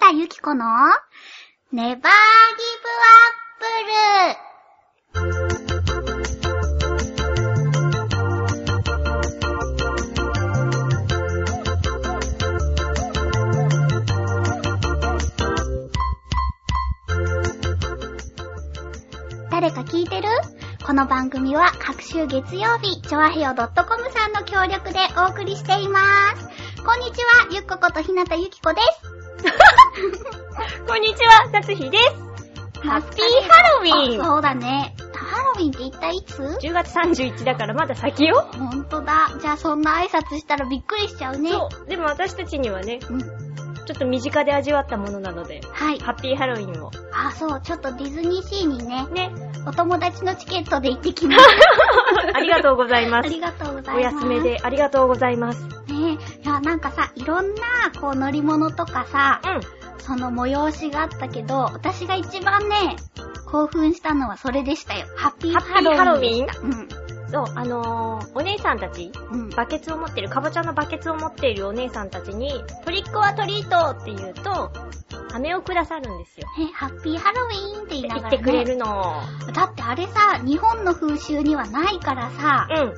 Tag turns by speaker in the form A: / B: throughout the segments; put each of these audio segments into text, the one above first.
A: 田ゆき子のネバーギブアップル誰か聞いてるこの番組は各週月曜日、ちょわへよ .com さんの協力でお送りしています。こんにちは、ゆっこことひなたゆきこです。
B: こんにちは、夏日です。ハッピーハロウィン
A: あそうだね。ハロウィンって一体いつ
B: 10月31だからまだ先よ。
A: ほんとだ。じゃあそんな挨拶したらびっくりしちゃうね。
B: そう。でも私たちにはね、
A: うん。
B: ちょっと身近で味わったものなので、
A: はい。
B: ハッピーハロウィンを。
A: あ、そう、ちょっとディズニーシーにね、
B: ね。
A: お友達のチケットで行ってきました。
B: ありがとうござい
A: あ
B: ます。
A: りがとうございます。
B: お休みで ありがとうございます。うん。
A: ねえ、いや、なんかさ、いろんな、こう、乗り物とかさ、その催しがあったけど、私が一番ね、興奮したのはそれでしたよ。ハッピー
B: ハ
A: ハ
B: ッピーハ
A: ロ
B: ロ
A: ウ
B: ウ
A: ィ
B: ィ
A: ン
B: ン
A: でした。
B: そう、あのー、お姉さんたち、
A: うん。うん。
B: バケツを持ってる、かぼちゃのバケツを持っているお姉さんたちに、トリックはトリートって言うと、飴をくださるんですよ。
A: ね、ハッピーハロウィンって言いな
B: 言
A: がら、
B: っ
A: ね。
B: てくれるの。
A: だってあれさ、日本の風習にはないからさ
B: う、ん。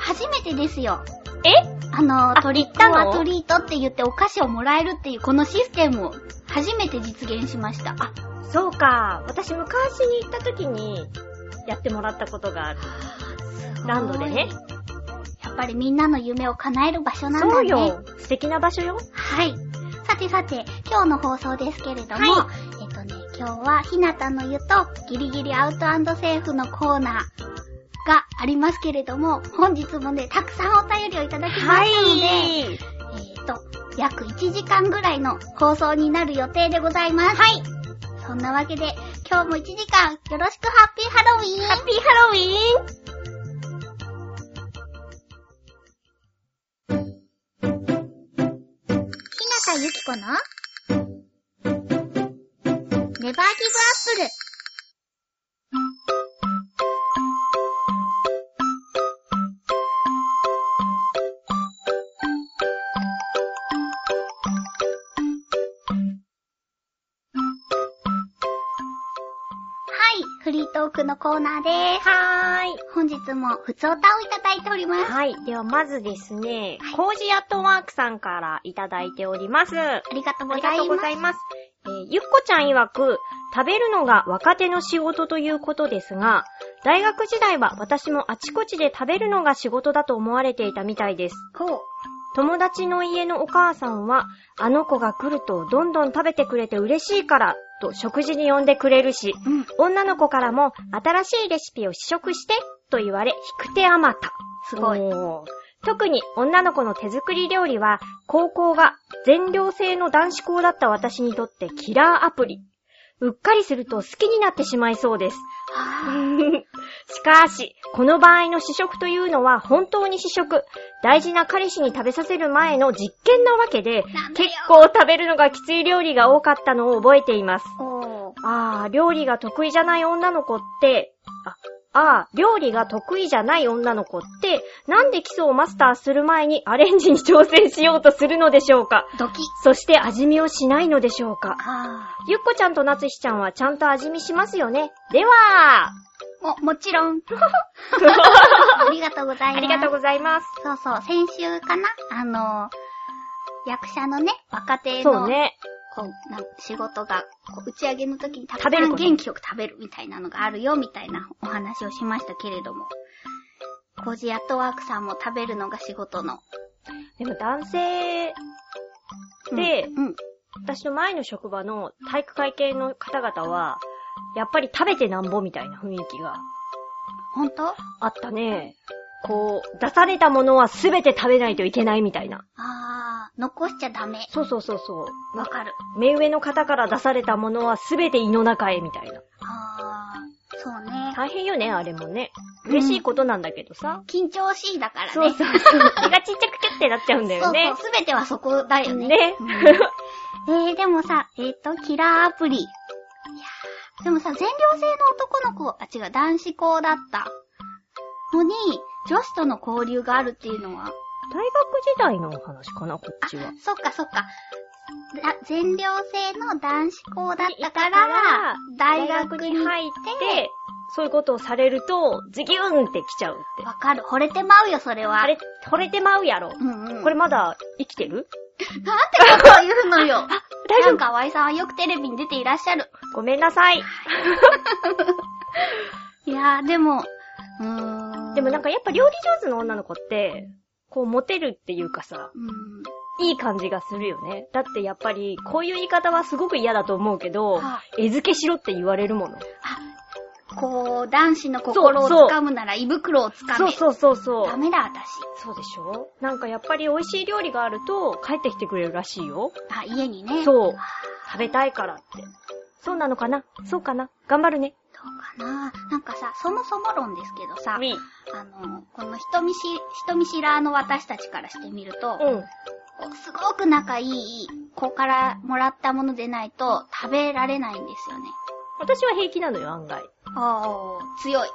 A: 初めてですよ。
B: え
A: あの、
B: あ
A: トリッ
B: 行っ
A: ク
B: た
A: は
B: の
A: トリートって言ってお菓子をもらえるっていう、このシステムを初めて実現しました。あ、
B: そうか。私昔に行った時に、やってもらったことがある。ランドでね。
A: やっぱりみんなの夢を叶える場所なんだね。
B: そうよ。素敵な場所よ。
A: はい。さてさて、今日の放送ですけれども、
B: は
A: えっとね、今日はひなたの湯とギリギリアウトセーフのコーナーがありますけれども、本日もね、たくさんお便りをいただきましたので、えっと、約1時間ぐらいの放送になる予定でございます。はい。そんなわけで、今日も1時間よろしくハッピーハロウィーンハッピーハロウィーンひなたゆきこのネバーギブアップルはい、フリートークのコーナーです。
B: はーい。
A: 本日もふつおたをいただいております。
B: はい。では、まずですね
A: はい、
B: コージアットワークさんからいただいております。あ
A: ありがとうご
B: り
A: ざ
B: が
A: い
B: とうご
A: ます。
B: ざいます。えーゆっこちゃん曰く、食べるのが若手の仕事ということですが、大学時代は私もあちこちで食べるのが仕事だと思われていたみたいです。
A: こう。
B: 友達の家のお母さんは、あの子が来るとどんどん食べてくれて嬉しいから、と食事に呼んでくれるし、
A: うん。
B: 女の子からも新しいレシピを試食して、と言われ、引く手あまた。
A: すごい。
B: おー特に女の子の手作り料理は、高校が全寮制の男子校だった私にとってキラーアプリ。うっかりすると好きになってしまいそうです。
A: あ
B: しかし、この場合の試食というのは本当に試食。大事な彼氏に食べさせる前の実験なわけで
A: なん、だよ
B: 結構食べるのがきつい料理が多かったのを覚えています。
A: ーおー。
B: ああ、料理が得意じゃない女の子って、あ、あー料理が得意じゃない女の子って、なんで基礎をマスターする前にアレンジに挑戦しようとするのでしょうか
A: ドキッ。
B: そして味見をしないのでしょうか
A: あ
B: ゆっこちゃんとなつひちゃんはちゃんと味見しますよねでは、
A: ー。も、もち ろん。ありがとうございます。
B: ありがとうございます。
A: そうそう、先週かなあのー、役者のね、若手
B: そう
A: の、
B: ね。
A: こうなん仕事が、こう打ち上げの時にたくさ
B: 食べる
A: ん
B: こと
A: 元気よく食べるみたいなのがあるよ、みたいなお話をしましたけれども。コージアットワークさんも食べるのが仕事の。
B: でも男性、
A: うん
B: で
A: うん。
B: 私の前の職場の体育会系の方々は、やっぱり食べてなんぼみたいな雰囲気が
A: ほんと
B: あったね。こう、出されたものはすべて食べないといけないみたいな。
A: あー、残しちゃダメ。
B: そうそうそうそう。
A: わ
B: なんか、
A: かる。
B: 目上の方から出されたものはすべて胃の中へみたいな。
A: あー、そうね。
B: 大変よね、あれもね。
A: うん
B: 嬉しいことなんだけどさ。
A: 緊張しいだからね。
B: そうそうそう。 胃がちっちゃくちゃってなっちゃうんだよね。
A: そうそう、すべてはそこだよね。
B: ね
A: うんえー、でもさ、えっ、と、キラーアプリ。いやーでもさ、全寮制の男の子、あ、違う、男子校だった。のに、女子との交流があるっていうのは、
B: 大学時代のお話かな、こっちは。
A: そっかそっか。だ全寮制の男子校だったか
B: だからら、
A: 大学に入っ、
B: 大学に入ってて、そういうことをされると、ズギューンって来ちゃうって。
A: わかる。惚れてまうよ、それは。
B: あれ、惚れてまうやろ。
A: うんうん。
B: これまだ生きてる
A: なんてことを言う のよ。
B: 大
A: な
B: 丈
A: ん
B: 夫
A: か、ワイさんはよくテレビに出ていらっしゃる。
B: ごめんなさい。
A: いやー、でも、うーん。
B: でもなん、かやっぱ料理上手の女の子って、こうモテるっていうかさ、
A: うん。
B: いい感じがするよね。だってやっぱり、こういう言い方はすごく嫌だと思うけど
A: は、
B: 絵付けしろって言われるもの。
A: こう、男子の心を掴むなら胃袋を掴
B: そ
A: め。
B: うそうそうそう。
A: ダメだ、私。
B: そうでしょなんかやっぱり美味しい料理があると帰ってきてくれるらしいよ。
A: あ、家にね。う。
B: そう。食べたいからって。そうなのかなそうかな頑張るね。
A: どうかななんかさ、そもそも論ですけどさ、
B: み
A: あの、この人見し、人見知らの私たちからしてみると、
B: うん。
A: こうすごく仲いい子からもらったものでないと食べられないんですよね。
B: 私は平気なのよ、案外。
A: ああ、強い。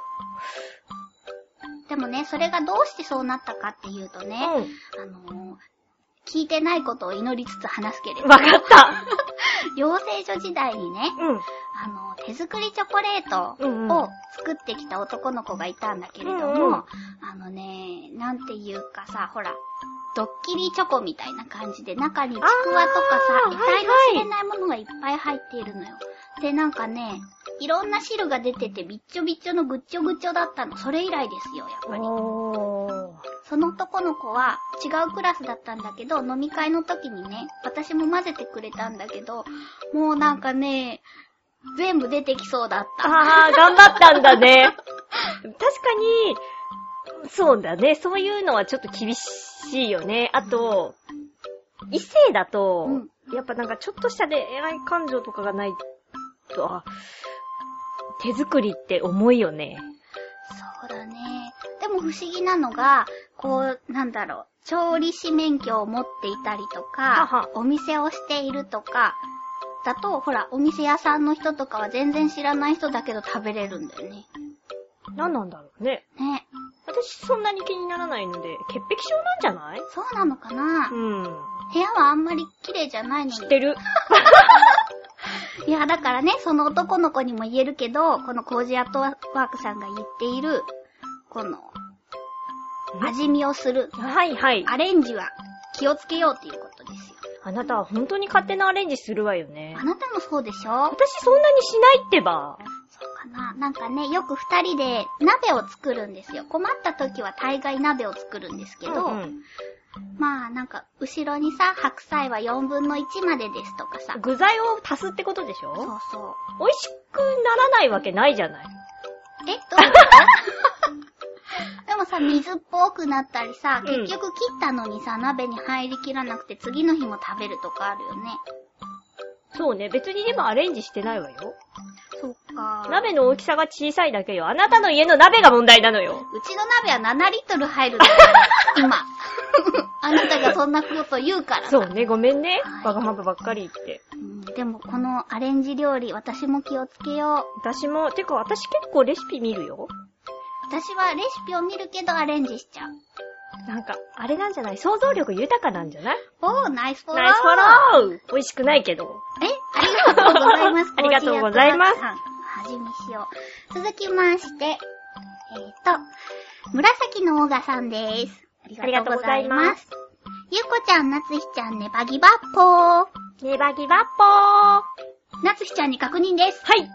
A: でもね、それがどうしてそうなったかっていうとね、あのー聞いてないことを祈りつつ話すけれ
B: うん。
A: ど、
B: わかった。
A: 養成所時代にね、
B: うん。
A: あのー手作りチョコレート
B: うんうん
A: を作ってきた男の子がいたんだけれども、
B: うんうん
A: あのね、なんていうかさ、ほら、ドッキリチョコみたいな感じで、中にちくわとか
B: あ
A: さ、
B: ー
A: 遺体の
B: はいはい
A: 知れないものがいっぱい入っているのよ。で、なんかね、いろんな汁が出てて、びっちょびっちょのぐっちょぐっちょだったの。それ以来ですよ、やっぱり。
B: おー。
A: その男の子は違うクラスだったんだけど、飲み会の時にね、私も混ぜてくれたんだけど、もうなんかね、全部出てきそうだった。
B: あー、頑張ったんだね。確かに、そうだね。そういうのはちょっと厳しいよね。あと、異性だと、やっぱなんかちょっとした恋愛感情とかがないと、あ、手作りって重いよね。
A: そうだね。でも不思議なのが、こう、なんだろう、調理師免許を持っていたりと
B: はは
A: か、お店をしているとか、だと、ほら、お店屋さんの人とかは全然知らない人だけど食べれるんだよね。
B: 何なんだろうね。
A: ね。
B: 私そんなに気にならないので、潔癖症なんじゃない
A: そうなのかな、
B: うん。
A: 部屋はあんまり綺麗じゃないのに
B: 知ってる。
A: いや、だからね、その男の子にも言えるけど、このコージアットワークさんが言っている、この、味見をする、
B: はいはい。
A: アレンジは気をつけようっていうことですよ。
B: あなたは本当に勝手なアレンジするわよね
A: あ。なたもそうでしょ
B: 私そんなにしないってば。
A: そうかな。なんかね、よく二人で鍋を作るんですよ。困った時は大概鍋を作るんですけど、
B: うんうん
A: まあなんか、後ろにさ、白菜は4分の1までですとかさ。
B: 具材を足すってことでし
A: そ
B: ょ
A: うそう。
B: 美味しくならないわけないじゃない。
A: えどういう ことでもさ、水っぽくなったりさ、
B: うん
A: 結局切ったのにさ、鍋に入りきらなくて次の日も食べるとかあるよね。
B: そうね、別にでもアレンジしてないわよ。
A: そっか鍋
B: 鍋の大きさが小さいだけよ。あなたの家の鍋が問題なのよ。
A: うちの鍋は7リットル入 るんだよ、今。あなたがそんなこと言うから。
B: そうね、ごめんね
A: はい。
B: わがままばっかり言って。
A: うんでもこのアレンジ料理、私も気をつけよう。
B: 私も、てか私結構レシピ見るよ。
A: 私はレシピを見るけどアレンジしちゃう。
B: なんか、あれなんじゃない想像力豊かなんじゃない
A: おー、ナイスフォロー。
B: ナイスフォロー美味しくないけど。
A: えありがとうございます
B: 。ありがとうございます
A: コージーアットワークさん。味見しよう。続きまして、えっ、と、紫のオーガさんです。あ。
B: りがとうございます
A: ゆうこちゃん、なつひちゃん、ねばぎばっぽー。
B: ネバギバッポーは
A: なつひちゃんに確認です。
B: い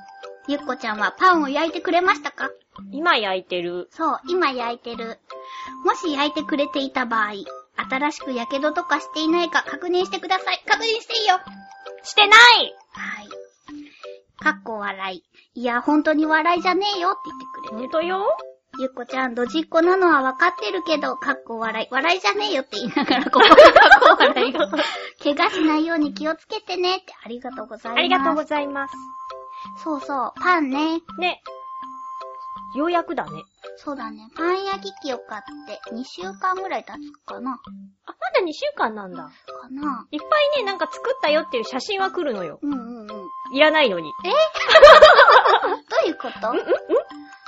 A: ゆっこちゃんはパンを焼いてくれましたか
B: 今焼いてる。
A: そう、今焼いてる。もし焼いてくれていた場合、新しく火傷とかしていないか確認してください。確認していいよ。
B: してない
A: はい。かっこ笑い。いや、本当に笑いじゃねえよって言ってくれて
B: ほん
A: る。
B: とよ
A: ゆっこちゃん、ドジっ子なのはわかってるけど、かっこ笑い。笑いじゃねえよって言いながら、ここでかっこ笑いが。怪我しないように気をつけてねって、ありがとうございます。
B: ありがとうご
A: ざい
B: ざいます。
A: ます。そうそう、パンね。
B: ね。ようやくだね。
A: そうだね、パン焼き器を買って、2週間ぐらい経つかな。
B: あ、まだ2週間なんだ。
A: かない
B: っぱいね、なんか作ったよっていう写真は来るのよ。
A: うんうんうん。 どう
B: いらないのに。
A: いうことうんうん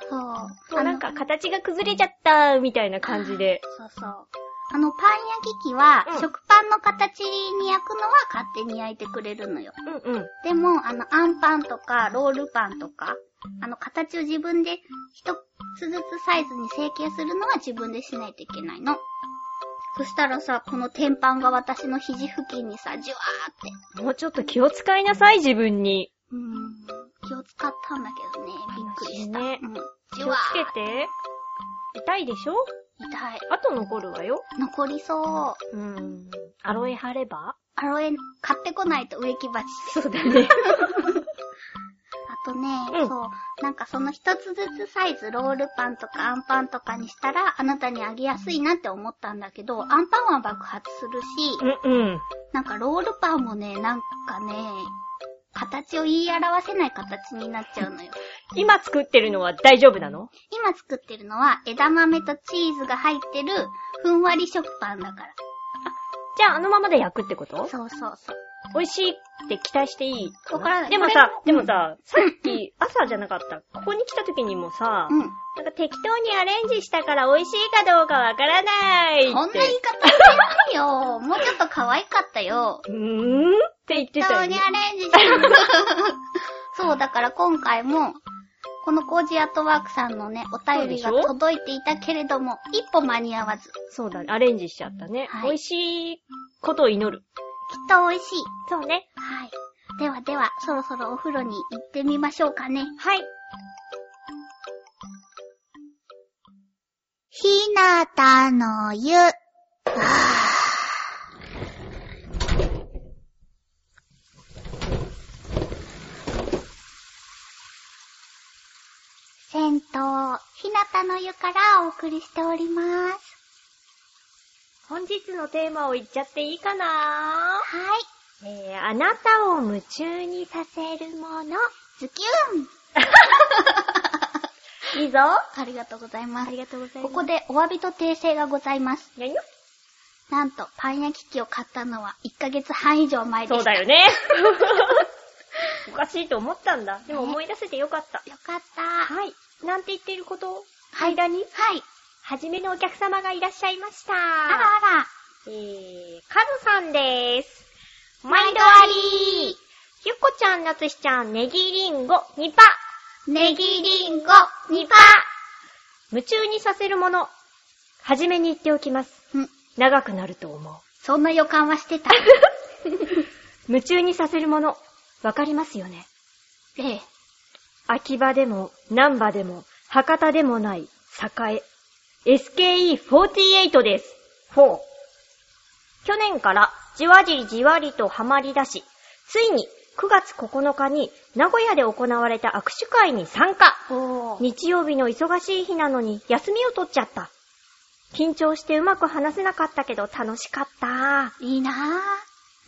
A: そう。
B: そう、なんか形が崩れちゃった、みたいな感じで。
A: そうそう。あの、パン焼き器は、
B: うん
A: 食パンの形に焼くのは勝手に焼いてくれるのよ。
B: うんうん。
A: でも、あの、あんパンとか、ロールパンとか、あの、形を自分で一つずつサイズに成形するのは自分でしないといけないの。そしたらさ、この天板が私の肘付近にさ、じゅわーって。
B: もうちょっと気を使いなさい、自分に。
A: うーん、気を使ったんだけどね、びっくりした。
B: 私ね
A: うん。じ
B: 気
A: ゅ
B: を
A: わ
B: つ
A: ー
B: けて。痛いでしょ
A: 痛い。
B: あと残るわよ。
A: 残りそう。
B: うん。アロエ貼れば
A: アロエ、買ってこないと植木鉢。
B: そうだね。
A: あとね、
B: うん
A: そう、なんかその一つずつサイズ、ロールパンとかアンパンとかにしたら、あなたにあげやすいなって思ったんだけど、アンパンは爆発するし、
B: うんうん。
A: なんかロールパンもね、なんかね、形を言い表せない形になっちゃうのよ。
B: 今作ってるのは大丈夫なの
A: 今作ってるのは枝豆とチーズが入ってるふんわり食パンだか
B: じゃああのままで焼くってこ
A: ら。
B: と
A: そうそうそう。
B: 美味しいって期待していい
A: わからない
B: でもさ、
A: これ
B: で
A: も
B: もさ、さっき 朝じゃなかった。ここに来た時にもさ、
A: うん。
B: なんか適当にアレンジしたから美味しいかどうかわからない
A: そんな
B: っ
A: 言い
B: て。
A: 方してないよ。もうちょっと可愛かったよ。
B: うーんって言って
A: 適
B: た
A: 当
B: よ、
A: に
B: ね。
A: アレンジ した。そう、だから今回も、このコージーアットワークさんのね、お便りが
B: そうでしょ
A: 届いていたけれども、一歩間に合わず、きっ
B: そうだね。アレンジしちゃったね。
A: はい
B: 美味しいことを祈る。
A: と美味しい。
B: そうね。
A: はい。ではでは、そろそろお風呂に行ってみましょうかね。
B: はい。
A: ひなたの湯。あ銭湯、ひなたの湯からお送りしております。
B: 本日のテーマを言っちゃっていいかな
A: はい。
B: えー、あなたを夢中にさせるもの。
A: ズキュン
B: いいぞ。
A: ありがとうございま
B: あ
A: す
B: り。がとうございま
A: こ
B: す。
A: こでお詫びと訂正がございます。
B: やにょ
A: なんと、パン焼き器を買ったのは1ヶ月半以上前でした。
B: そうだよね。 おかしいと思ったんだ。でも思い出せてよかった。
A: よかった。
B: はい。なんて言っていること
A: はい
B: 間に
A: はい。
B: はじめのお客様がいらっしゃいました。
A: あらあら。
B: えー、カズさんです。
A: 毎
B: 毎
A: 度
B: 度
A: あ
B: あ
A: り
B: りゆっこちゃん、なつしちゃん、ネギリンゴ、ニパ
A: ネギリンゴ、ニパ
B: 夢中にさせるもの。はじめに言っておきます。
A: うん、
B: 長くなると思う。
A: そんな予感はして た。
B: 夢中にさせるもの。わかりますよね。
A: ええ。
B: 秋葉でも、南波でも、博多でもない、栄。SKE48 です。4。去年からじわりじわりとハマり出し、ついに9月9日に名古屋で行われた握手会に参加。
A: おー。
B: 日曜日の忙しい日なのに休みを取っちゃった。緊張してうまく話せなかったけど楽しかった。
A: いいなぁ。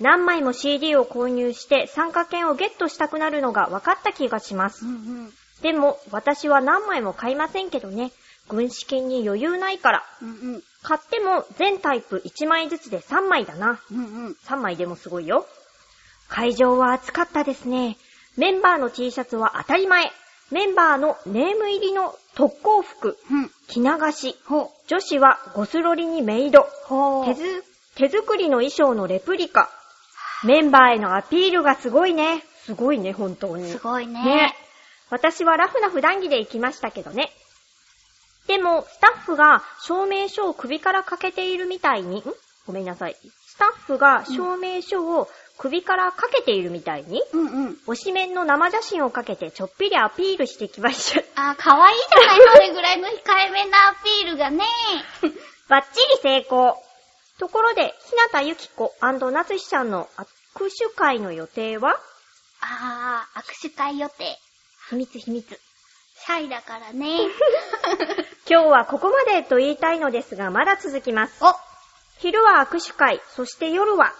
B: 何枚も CD を購入して参加券をゲットしたくなるのが分かった気がします
A: う。んうん。
B: でも、私は何枚も買いませんけどね。軍資金に余裕ないから。
A: うんうん。
B: 買っても全タイプ1枚ずつで3枚だな。
A: うんうん。
B: 3枚でもすごいよ。会場は暑かったですね。メンバーの T シャツは当たり前。メンバーのネーム入りの特攻服、
A: うん。
B: 着流し。
A: ほ
B: 女子はゴスロリにメイド。
A: う。ほ
B: 手ず手作りの衣装のレプリカ。メンバーへのアピールがすごいね。すごいね、本当に。
A: すごいね。
B: ね。私はラフな普段着で行きましたけどね。でも、スタッフが証明書を首からかけているみたいに、んごめんなさい。スタッフが証明書を首からかけているみたいに、
A: うんうん。
B: 推しメンの生写真をかけてちょっぴりアピールしてきました。
A: あー、かわいいじゃない、それぐらいの控えめなアピールが ね。
B: バッチリ成功。ところで、日向ゆき子なつしちゃんの握手会の予定は
A: あー、握手会予定。
B: 秘密秘密。
A: シャイだからね。
B: 今日はここまでと言いたいのですが、まだ続きます。
A: お、
B: 昼は握手会、そして夜は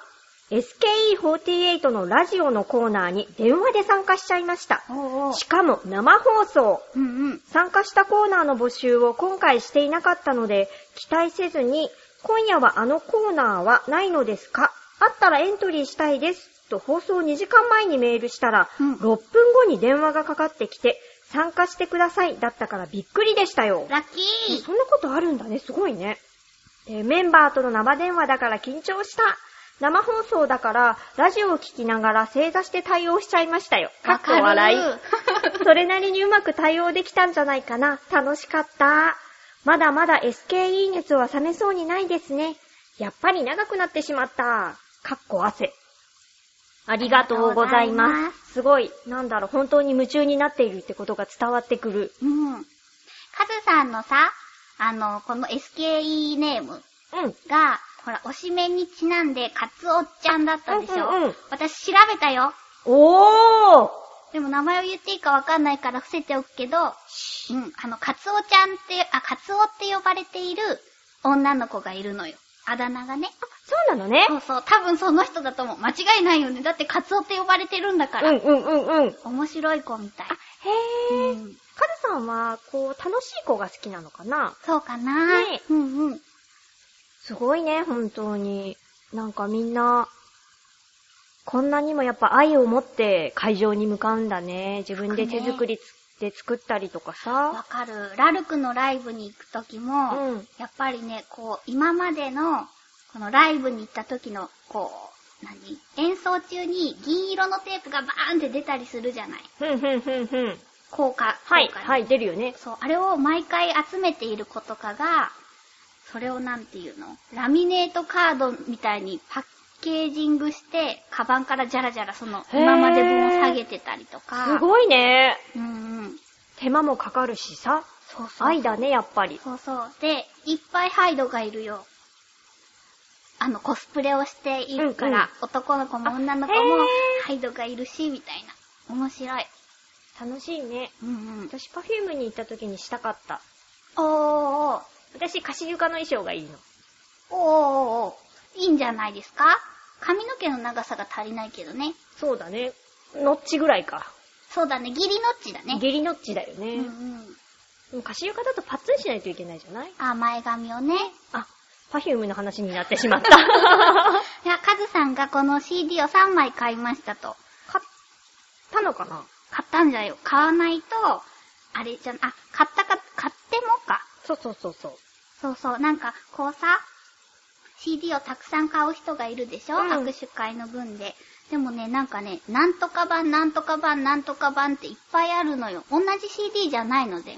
B: SKE48 のラジオのコーナーに電話で参加しちゃいました。
A: おうおう。
B: しかも生放送。
A: うんうん。
B: 参加したコーナーの募集を今回していなかったので、期待せずに、今夜はあのコーナーはないのですかあったらエントリーしたいです。と放送2時間前にメールしたら、
A: うん
B: 6分後に電話がかかってきて、参加してくださいだったからびっくりでしたよ。
A: ラッキー。
B: そんなことあるんだね、すごいね。えーメンバーとの生電話だから緊張した。生放送だから、ラジオを聞きながら正座して対応しちゃいましたよ。かっこ笑い。 それなりにうまく対応できたんじゃないかな。楽しかった。まだまだ SKE 熱は冷めそうにないですね。やっぱり長くなってしまった。かっこ汗。ありがとうござい
A: ありがとうござい
B: ま。
A: ます
B: すごい、なんだろう、本当に夢中になっているってことが伝わってくる。
A: うん。カズさんのさ、あの、この SKE ネーム
B: うん。
A: が、ほら、推しメンにちなんで、カツオちゃんだったでしょ。
B: うんうんうん
A: 私調べたよ。
B: おー
A: でも名前を言っていいかわかんないから伏せておくけど、うん、あの、カツオちゃんって、あ、カツオって呼ばれている女の子がいるのよ。あだ名がね。
B: そうなのね
A: そ。うそう、多分その人だと思う。間違いないよね。だってカツオって呼ばれてるんだか
B: う
A: ら。
B: んうんうんうん。へ
A: 面白い子みたい。う
B: ー。
A: ん
B: カズさんは、こう、楽しい子が好きなのかな
A: そうかな、
B: ね
A: うんうん。
B: すごいね、本当に。なんかみんな、こんなにもやっぱ愛を持って会場に向かうんだね。自分で手作りつで作ったりとか
A: わ
B: さ。
A: かる。ラルクのライブに行くときも、
B: うん
A: やっぱりね、こう、今までの、このライブに行った時の、こう、何演奏中に銀色のテープがバーンって出たりするじゃない
B: ふんふんふんふん。
A: 効果。
B: はい、
A: 効果ね
B: はい、出るよね。
A: そう、あれを毎回集めている子とかが、それをなんていうのラミネートカードみたいにパッケージングして、カバンからジャラジャラその、
B: へー
A: 今まで分を下げてたりとか。
B: すごいね。
A: うんうん。
B: 手間もかかるしさ。
A: そうそう。
B: 愛だね、やっぱり。
A: そうそう。で、いっぱいハイドがいるよ。あの、コスプレをしているから、
B: うんうん
A: 男の子も
B: あ
A: 女の子も
B: へー
A: ハイドがいるし、みたいな。面白い。
B: 楽しいね。
A: うんうん。
B: 私、パフュームに行った時にしたかった。
A: おーおー
B: 私、菓子床の衣装がいいの。
A: おーおーおーいいんじゃないですか髪の毛の長さが足りないけどね。
B: そうだね。ノッチぐらいか。
A: そうだね、ギリノッチだね。
B: ゲリノッチだよね。
A: うんうん。
B: でもカシオカだとパッツンしないといけないじゃない
A: あ、前髪をね。
B: あ、パフュームの話になってしま った。買
A: いや、カズさんがこの CD を3枚買いましたと。
B: ったのかな
A: 買ったんじゃよ。買わないと、あれじゃん、あ、買ったか、買ってもか。
B: そうそうそうそう。
A: そうそう、なんか、こうさ、CD をたくさん買う人がいるでしょ、
B: うん
A: 握手会の分で。でもね、なんかね、なんとか版、なんとか版、なんとか版っていっぱいあるのよ。同じ CD じゃないので。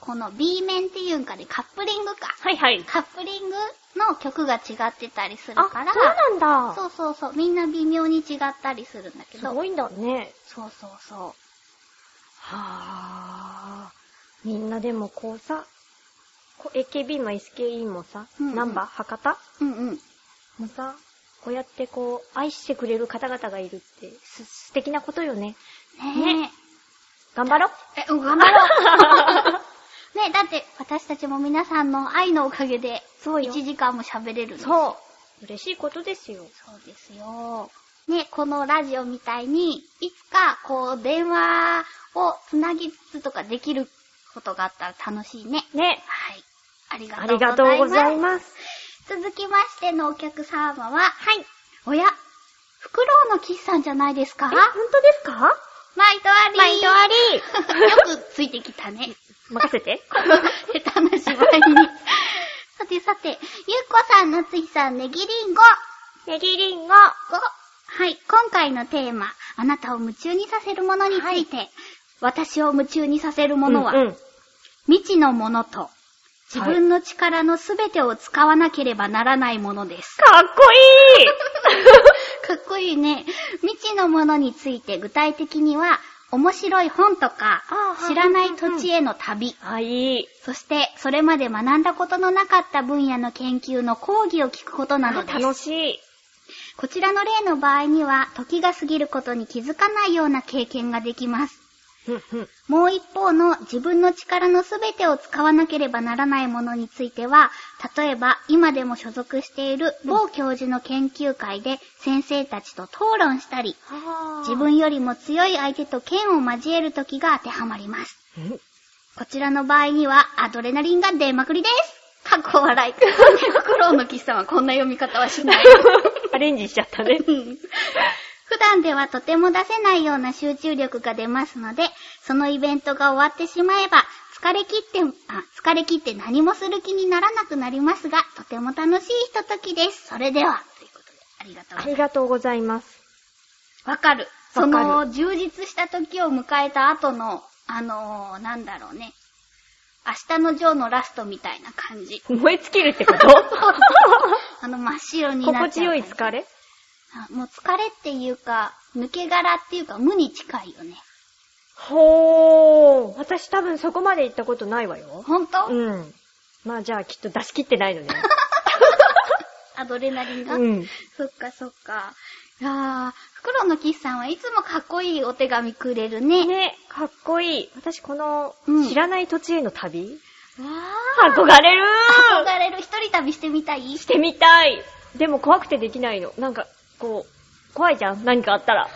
A: この B 面っていうんかで、カップリングか。
B: はいはい。
A: カップリングの曲が違ってたりする
B: あ、
A: から、
B: そうなんだ。
A: そうそうそう、みんな微妙に違ったりするんだけ
B: す
A: ど、
B: ごいんだね。
A: そうそうそう。
B: はぁ。みんなでもこうさ、こう AKB も SKE もさ、
A: うんうん
B: ナンバー博多
A: うんうん。
B: もさ、こうやってこう、愛してくれる方々がいるって、す素敵なことよね。
A: ね
B: 頑 張ろう
A: え。え、うん頑張ろ うねえ、だって私たちも皆さんの愛のおかげで、
B: そうよ。
A: 1時間も喋れるの。う。
B: そう。嬉しいことですよ。
A: そうですよ。ね、このラジオみたいに、いつか、こう、電話をつなぎつつとかできることがあったら楽しいね。
B: ね。
A: はい。あり
B: あ
A: がとう
B: り
A: ございます。
B: がとうございます。
A: 続きましてのお客様は、はい。おや、フクロウの岸さんじゃないですか
B: あ、本当ですか
A: 毎度あり。
B: 毎度 あり
A: よくついてきたね。
B: 任せて。
A: 下手な芝居に。さてさて、ゆうこさん、なつひさん、ねぎりんご。
B: ネギリンゴ。
A: ごはい、今回のテーマ、あなたを夢中にさせるものについて、私を夢中にさせるものは、
B: うんうん
A: 未知のものと、自分の力のすべてを使わなければならないものです。
B: かっこいい
A: かっこいいね。未知のものについて具体的には、面白い本とか
B: あ ー、
A: 知らない土地への旅、
B: あ、いい。
A: そして、それまで学んだことのなかった分野の研究の講義を聞くことな
B: あ
A: どです。
B: 楽しい。
A: こちらの例の場合には、時が過ぎることに気づかないような経験ができます。
B: うんうん
A: もう一方の自分の力のすべてを使わなければならないものについては、例えば今でも所属している某教授の研究会で先生たちと討論したり、自、分よりも強い相手と剣を交える時が当てはまります。
B: うん
A: こちらの場合には、アドレナリンが出まくりです。かっこ笑い。フクロウの岸さんはこんな読み方はしない。
B: アレンジしちゃったね。
A: うん普段ではとても出せないような集中力が出ますので、そのイベントが終わってしまえば、疲れ切って、あ、疲れ切って何もする気にならなくなりますが、とても楽しいひとときです。それでは、ということで、ありがとうご
B: あ
A: ざい
B: りがとうございます。
A: ます。わかる。そ
B: わかる
A: の、充実した時を迎えた後の、あのー、なんだろうね。明日のジョーのラストみたいな感じ。
B: 燃え尽きるってこと
A: あの、真っ白になっちゃう
B: 心
A: 感じ。
B: 地よい疲れ
A: あもう疲れっていうか、抜け殻っていうか無に近いよね。
B: ほー。私多分そこまで行ったことないわよ。
A: ほんと、
B: うん。まあじゃあきっと出し切ってないのね。
A: アドレナリンが、
B: うん。
A: そっかそっか。いやー、袋のキスさんはいつもかっこいいお手紙くれるね。
B: ね、かっこいい。私この
A: うん、
B: 知らない土地への旅、
A: わ
B: 憧れる
A: ー。憧れる一人旅してみたい
B: してみたいでも怖くてできないの。なんか、こう、怖いじゃん何かあった ら。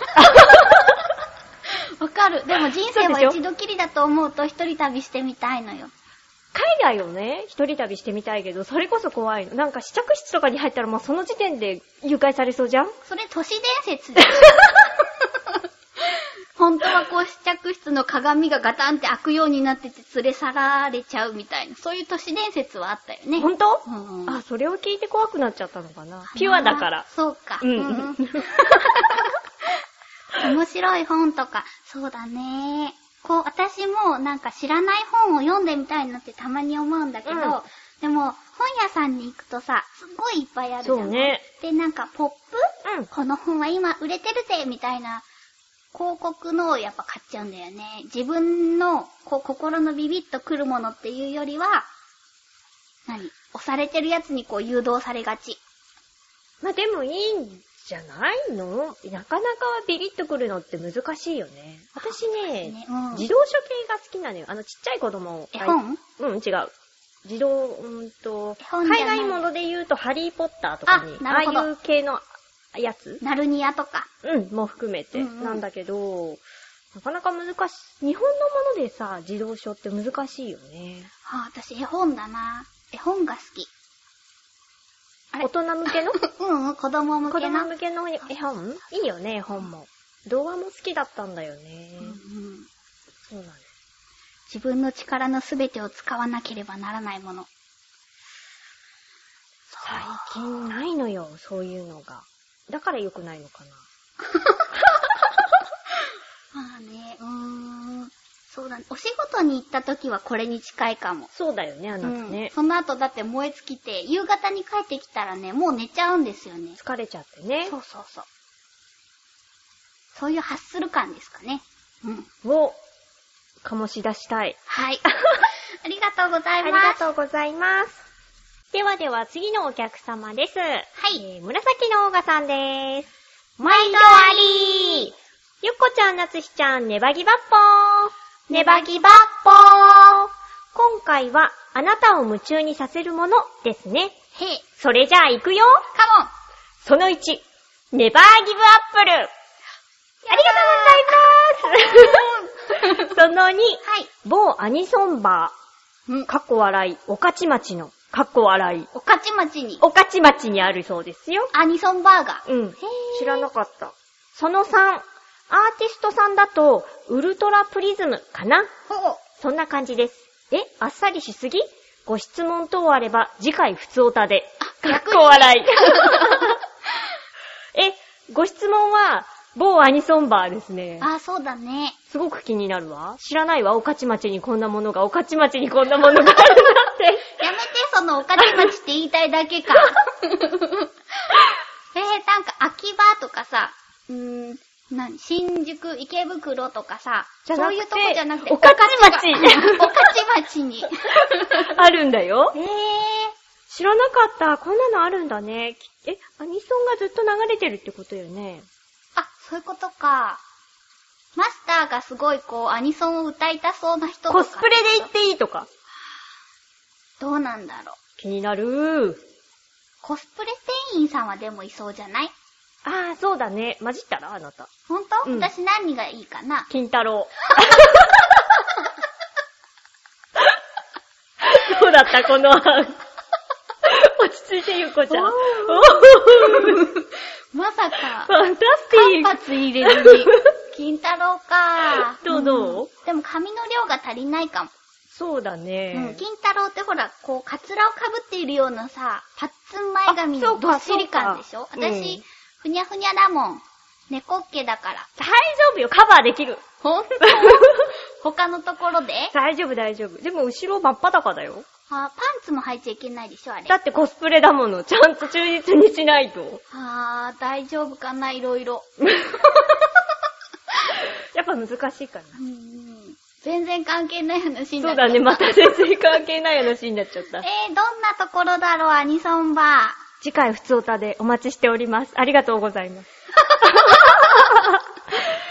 A: わかる。でも人生は
B: そうでしょ
A: 一度きりだと思うと一人旅してみたいのよ。
B: 海外をね、一人旅してみたいけど、それこそ怖いの。なんか試着室とかに入ったらもうその時点で誘拐されそうじゃん
A: それ都市伝説で 本当はこう試着室の鏡がガタンって開くようになってて連れ去られちゃうみたいな、そういう都市伝説はあったよね。
B: 本当、
A: うんうん
B: あ、それを聞いて怖くなっちゃったのかな。ピュアだから。
A: そうか。
B: うん
A: うんうん面白い本とか、そうだね。こう、私もなんか知らない本を読んでみたいなってたまに思うんだけど、
B: うん
A: でも、本屋さんに行くとさ、すごいいっぱいあるじゃん。
B: そうね。
A: で、なんかポップ
B: うん。
A: この本は今売れてるぜみたいな広告のをやっぱ買っちゃうんだよね。自分のこう心のビビッとくるものっていうよりは、何押されてるやつにこう誘導されがち。
B: まあでもいいんじゃないのなかなかビリッとくるのって難しいよね。私ね、
A: ねうん
B: 自動書系が好きなのよ。あのちっちゃい子供を。
A: 絵本
B: うん、違う。自動、うーんと
A: 絵、本じゃ
B: 海
A: ない
B: 外物で言うとハリーポッターとかに
A: あ、なるほど
B: ああいう系のやつ
A: ナルニアとか。
B: うん、も含めて
A: うんうん
B: なんだけど、なかなか難しい。日本のものでさ、自動書って難しいよね。
A: あ、私絵本だな。絵本が好き。あれ
B: 大人向けの
A: うんうん、子供向
B: 子
A: けな。
B: 供
A: うんうん
B: 向けの絵本いいよね、絵本も。童話も好きだったんだよね。そうなんです。
A: 自分の力のすべてを使わなければならないもの。
B: 最近ないのよ、そういうのが。だから良くないのかな。
A: まあね、うーん。そうだね。お仕事に行った時はこれに近いかも。
B: そうだよね、あなた
A: うん
B: ね。
A: その後だって燃え尽きて、夕方に帰ってきたらね、もう寝ちゃうんですよね。
B: 疲れちゃってね
A: そ。うそうそう。そういうハッスル感ですかね。うん。
B: を、醸し出したい。
A: はい。ありがとうござ
B: あ
A: い
B: り
A: ます。
B: がとうございます。ではでは、次のお客様です。はいえー、紫のオーガさんです。
A: 毎度あり
B: ゆっこちゃん、なつひちゃん、ネバギバッポー。
A: ネバギバッ
B: ポー。今回は、あなたを夢中にさせるものですね。
A: へい、
B: それじゃあ、行くよ。
A: カモン
B: その1、ネバーギブアップル。ありがとうございます。その2、
A: はい。
B: 某アニソンバ
A: う
B: ー、
A: ん。
B: かっこ笑い、おかち町の、かっこ笑い、
A: おかちまちに、
B: おかち町にあるそうですよ。
A: アニソンバーガー。
B: うん
A: へー。
B: 知らなかった。その3、アーティストさんだと、ウルトラプリズムかな
A: ほう。
B: そんな感じです。え、あっさりしすぎご質問等あれば、次回普通おたで。
A: あ
B: かっこ 笑い。え、ご質問は、某アニソンバーですね。
A: あ、そうだね。
B: すごく気になるわ。知らないわ、おかち町にこんなものが、おかち町にこんなものがあるな んて。
A: やめて、そのおかちまちって言いたいだけ か。えー、なんか、秋葉とかさ、うーん、なに、新宿、池袋とかさ、
B: じゃな
A: そう
B: くて
A: いうとこじゃなくて、
B: 御徒 町
A: おかちまちに。
B: あるんだよ
A: え。ー、
B: 知らなかった。こんなのあるんだね。きえ、アニソンがずっと流れてるってことよね。
A: あ、そういうことか。マスターがすごいこう、アニソンを歌いたそうな人とか。
B: コスプレで行っていいとか。
A: どうなんだろう。
B: 気になる。
A: コスプレ店員さんはでもいそうじゃない
B: ああ、そうだね。混じったらあなた。
A: ほんと、
B: うん
A: 私何がいいかな
B: 金太 郎。どうだった この案。落ち着いてゆうこちゃん。
A: お
B: お
A: ー
B: ー
A: まさか
B: フ。ァンタスティ
A: 間
B: ック。
A: 髪入れ ずに。金太郎か。
B: どうどうん
A: でも髪の量が足りないかも。
B: そうだ
A: うん、
B: ね。
A: 金太郎ってほら、こう、カツラをかぶっているようなさ、パッツン前髪
B: あ
A: の
B: そう
A: ど
B: か
A: っしり感でしょ
B: そうか
A: 私、
B: うん
A: ふにゃふにゃだもん。猫っ毛だから。
B: 大丈夫よ、カバーできる。
A: ほんと他のところで
B: 大丈夫、大丈夫。でも後ろ真っ裸だよ。
A: あ、パンツも履いちゃいけないでしょ、あれ。
B: だってコスプレだもの。ちゃんと忠実にしないと。
A: あー、大丈夫かな、いろいろ。
B: やっぱ難しいかな。
A: うんうん全然関係ない話にな
B: そ
A: っ
B: う
A: ちゃった
B: だね、また全然関係ない話になっちゃっ
A: え
B: た。
A: ー、どんなところだろう、アニソンバ
B: 次回、ふつおたでお待ちしております。ありがとうござい ます。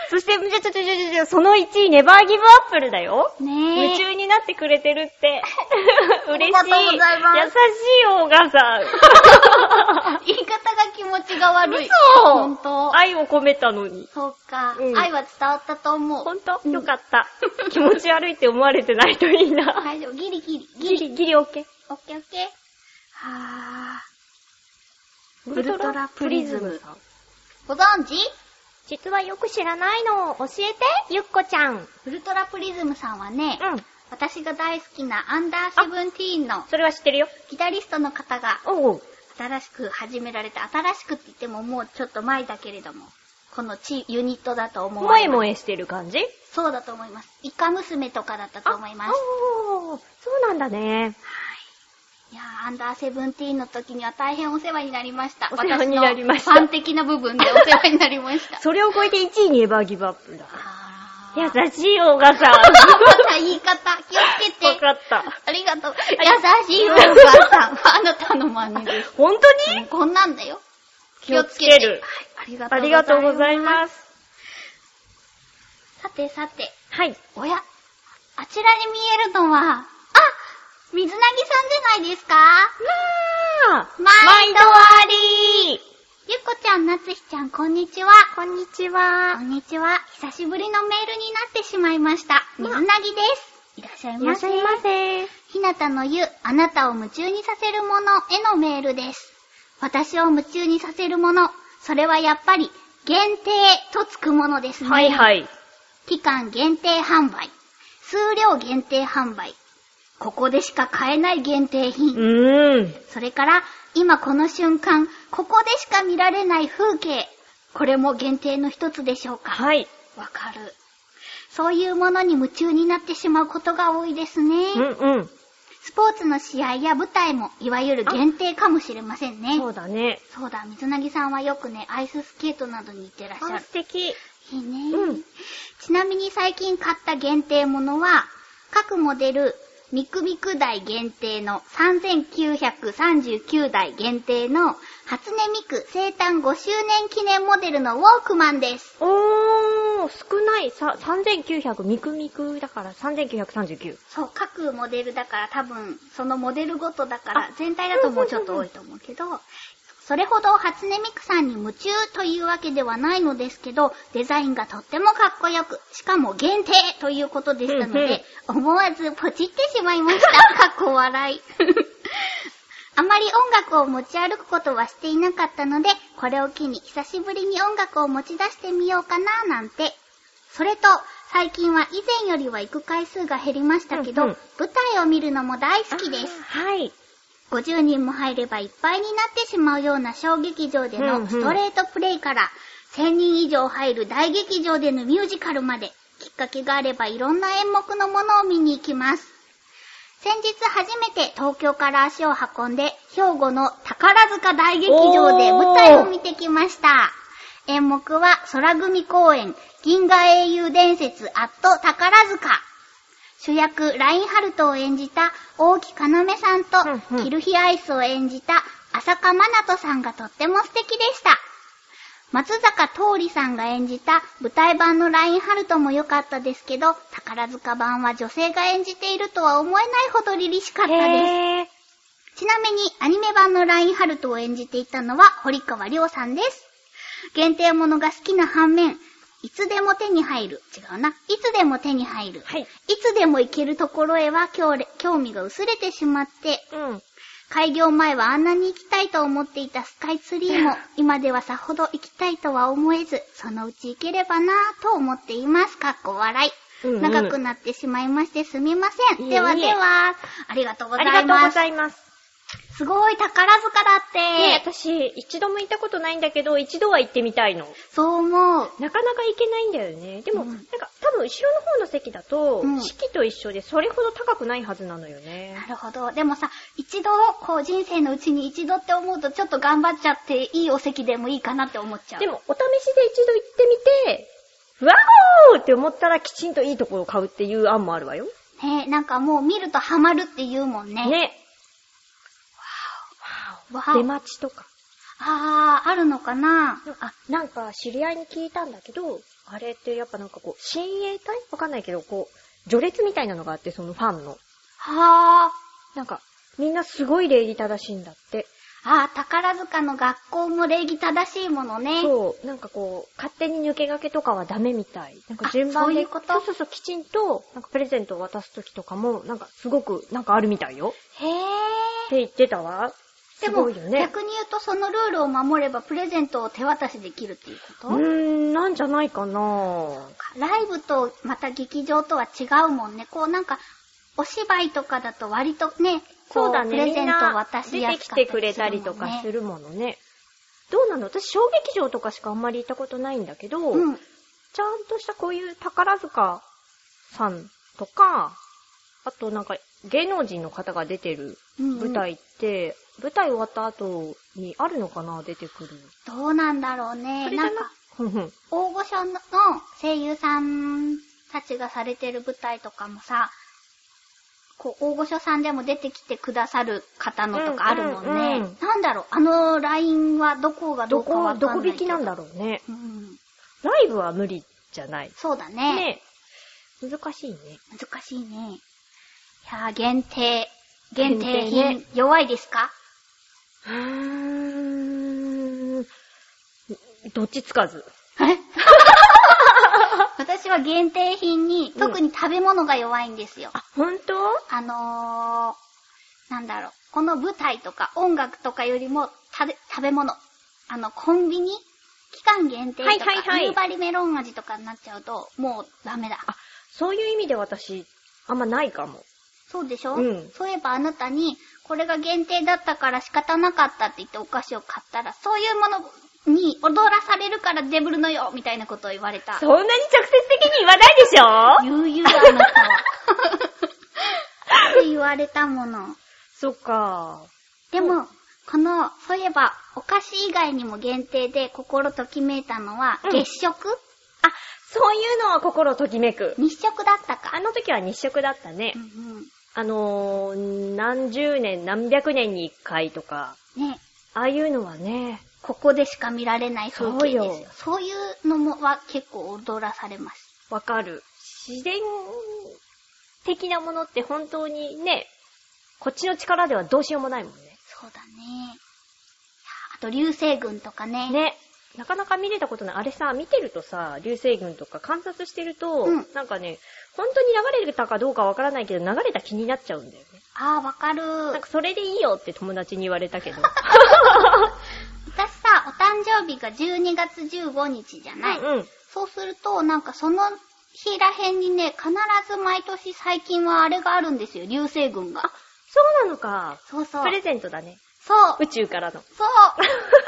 B: そして、じゃちょちょちょちょちょ、その1位、ネバーギブアップルだよ。
A: ー。ねえ。
B: 夢中になってくれてるって。 嬉しい。
A: ありがとうございます
B: 優しい、オーガ さん。
A: 言い方が気持ちが悪い。
B: 嘘
A: ほんと。
B: 愛を込めたのに。
A: そうか、
B: うん
A: 愛は伝わったと思う。
B: ほんと
A: うん
B: よかった。気持ち悪いって思われてないといいな。
A: 大丈夫。ギリギリ。ギ
B: ギ
A: リ。
B: リ、ギリオッケー。
A: オッケーオッケー。はー。
B: ウルトラプリズム。
A: ご存知
B: 実はよく知らないの。教えて、ゆっこちゃん。うん。
A: ウルトラプリズムさんはね、私が大好きなアンダーセブンティーンの
B: それは知ってるよ。
A: ギタリストの方が
B: おう。
A: 新しく始められた、新しくって言ってももうちょっと前だけれども、このチユニットだと思う。
B: 萌え萌えしてる感じ
A: そうだと思います。イカ娘とかだったと思います。
B: おーそうなんだね。
A: いやーアンダーセブンティーンの時には大変お世話になりました。
B: お世話になりました
A: 私のファン的な部分でお世話になりました。
B: それを超えて1位にエヴァーギブアップだ。
A: あー
B: 優しい、オー ガさん。わ
A: また言い方、気をつけて。
B: かった。
A: ありがとう。
B: り
A: 優しいお母さん。 あなたの真似です。
B: 本当に
A: こんなんだよ。気をつけて。
B: 気をつける
A: はい、ありがと
B: あ
A: うございます。
B: りがとうございます。
A: さてさて、
B: はい。
A: おや、あちらに見えるのは、あ水なぎさんじゃないですか
B: まあ
A: 毎度
B: あり
A: ゆっこちゃん、なつひちゃん、こんにちは。こんにちは。こんにちは。久しぶりのメールになってしまいました。水なぎです。いらっしゃい
B: いら
A: ま
B: っし
A: せ
B: ゃ。いませ。
A: ひなたの湯、あなたを夢中にさせるものへのメールです。私を夢中にさせるもの、それはやっぱり、限定とつくものですね。。
B: はいはいい。
A: 期間限定販売。数量限定販売。ここでしか買えない限定
B: う
A: 品。
B: ーん。
A: それから、今この瞬間、ここでしか見られない風景。これも限定の一つでしょうか。
B: はい。
A: わかる。そういうものに夢中になってしまうことが多いですね。
B: うんうん。
A: スポーツの試合や舞台も、いわゆる限定かもしれませんね。
B: そうだね。
A: そうだ、水なぎさんはよくね、アイススケートなどに行ってらっしゃ
B: あ
A: る
B: 素。敵。
A: いいね、
B: うん
A: ちなみに最近買った限定ものは、各モデル、ミクミク台限定の3939台限定の初音ミク生誕5周年記念モデルのウォークマンです。
B: おー、少ない。さ、3900、ミクミクだから3939。
A: そう、各モデルだから多分、そのモデルごとだから、全体だともうちょっと多いと思うけど、それほど初音ミクさんに夢中というわけではないのですけど、デザインがとってもかっこよく、しかも限定ということでしたので、思わずポチってしまいま した。かっこ笑い。あまり音楽を持ち歩くことはしていなかったので、これを機に久しぶりに音楽を持ち出してみようかななんて。それと、最近は以前よりは行く回数が減りましたけど、
B: うんうん
A: 舞台を見るのも大好きです。
B: あーはい。
A: 50人も入ればいっぱいになってしまうような小劇場で
B: うんう
A: の
B: ん
A: ストレートプレイから、1000人以上入る大劇場でのミュージカルまで、きっかけがあればいろんな演目のものを見に行きます。先日初めて東京から足を運んで、兵庫の宝塚大劇場で舞台を見てきました。演目は空組公演、銀河英雄伝説アット宝塚。主役、ラインハルトを演じた大木かなめさんと、
B: うんうん
A: キルヒアイスを演じた浅香真奈人さんがとっても素敵でした。松坂桃李さんが演じた舞台版のラインハルトも良かったですけど、宝塚版は女性が演じているとは思えないほど凛々しかったで
B: へー。
A: す。ちなみにアニメ版のラインハルトを演じていたのは堀川亮さんです。限定ものが好きな反面、いつでも手に入る。違うな。いつでも手に入る。
B: はい。
A: いつでも行けるところへは興れ興味が薄れてしまって、
B: うん。
A: 開業前はあんなに行きたいと思っていたスカイツリー も、今ではさほど行きたいとは思えず、そのうち行ければなぁと思っています。かっこ笑い。
B: うんうん
A: 長くなってしまいましてすみません。
B: いえいえ
A: ではでは、ありがとうござ
B: あ
A: います。
B: りがとうございます。
A: すごい宝塚だって。
B: ね私、一度も行ったことないんだけど、一度は行ってみたいの。
A: そう思う。
B: なかなか行けないんだよね。でも、
A: うん
B: なんか、多分後ろの方の席だと、
A: うん
B: 式と一緒でそれほど高くないはずなのよね
A: な。るほど。でもさ、一度、こう人生のうちに一度って思うとちょっと頑張っちゃっていいお席でもいいかなって思っちゃう。
B: でも、お試しで一度行ってみて、ワゴーって思ったらきちんといいところを買うっていう案もあるわよ。
A: ねなんかもう見るとハマるって言うもんね。
B: ね。
A: わ
B: 出
A: あ、
B: 待ちとか。
A: あー、あるのかな
B: あ、なんか知り合いに聞いたんだけど、あれってやっぱなんかこう、親衛隊わかんないけど、こう、序列みたいなのがあって、そのファンの。
A: はあ。
B: なんか、みんなすごい礼儀正しいんだって。
A: あー、宝塚の学校も礼儀正しいものね。
B: そう、なんかこう、勝手に抜け駆けとかはダメみたい。なんか
A: あ
B: 順番で。
A: そういうこと
B: そうそうそうきちんと、なんかプレゼントを渡すときとかも、なんかすごく、なんかあるみたいよ。
A: へえ。
B: って言ってたわ。
A: ですも、
B: ごいよね。
A: 逆に言うとそのルールを守ればプレゼントを手渡しできるっていうこ
B: う
A: と、
B: ーん、なんじゃないかな
A: ライブとまた劇場とは違うもんね。こうなんか、お芝居とかだと割とね、こ
B: そうだね、
A: プレゼント
B: みんな
A: 渡し
B: 出
A: や
B: て
A: す
B: き
A: かったり
B: てくれたりとかす
A: る
B: るものね。どうなの私、小劇場とかしかあんまり行ったことないんだけど、
A: もんね。うん。
B: ちゃんとしたこういう宝塚さんとか、あとなんか芸能人の方が出てる
A: うんうん
B: 舞台って、舞台終わった後にあるのかな出てくる。
A: どうなんだろう
B: そ
A: ね。
B: れじゃ
A: な
B: なん
A: か、
B: ふんふん
A: 大御所の声優さんたちがされてる舞台とかもさ、こう、大御所さんでも出てきてくださる方のとかあるもんね。
B: うんうんうん
A: なんだろう、あのラインはどこがど
B: ど
A: うかわか
B: こ、
A: んない
B: ど
A: けど。
B: こ引きなんだろうね。
A: うん。
B: ライブは無理じゃない。
A: そうだね。
B: ね難しいね。
A: 難しいね。いやー、限定。限定
B: 限定
A: 品、弱いですか
B: うーん。どっちつかず。
A: え 私は限定品に、特に食べ物が弱いんですよ。
B: あ、ほんと
A: あのー、なんだろう、この舞台とか音楽とかよりも食べ、食べ物。あの、コンビニ期間限定とか、
B: はいはいはい
A: 夕張メロン味とかになっちゃうと、もうダメだ。
B: あそういう意味で私、あんまないかも。
A: そうでしょ、
B: うん
A: そういえばあなたに、これが限定だったから仕方なかったって言ってお菓子を買ったら、そういうものに踊らされるからデブルのよみたいなことを言われた。
B: そんなに直接的に言わないでし
A: 悠
B: ょ
A: 々あなたは。って言われたもの。
B: そっか。
A: でも、この、そういえば、お菓子以外にも限定で心ときめいたのは
B: う、ん
A: 月食、
B: あ、そういうのは心ときめく。
A: 日食だったか
B: あ。の時は日食だったね
A: う。ん
B: あのー、何十年、何百年に一回とか、
A: うん。ね、
B: ああいうのはね、
A: ここでしか見られない風景ですよ。
B: そ
A: そ
B: う
A: う
B: よ
A: いうのもは結構踊らされます。
B: わかる。自然的なものって本当にね、こっちの力ではどうしようもないもんね。
A: そうだね。あと、流星群とかね。
B: ね。なかなか見れたことない。あれさ、見てるとさ、流星群とか観察してると、
A: うん
B: なんかね、本当に流れたかどうかわからないけど、流れた気になっちゃうんだよね。
A: ああ、わかる。
B: なんかそれでいいよって友達に言われたけど。
A: 私さ、お誕生日が12月15日じゃない。
B: うんうん。
A: そうすると、なんかその日らへんにね、必ず毎年最近はあれがあるんですよ、流星群が。
B: そうなのか。
A: そうそう。
B: プレゼントだね。
A: そう。
B: 宇宙からの。
A: そう。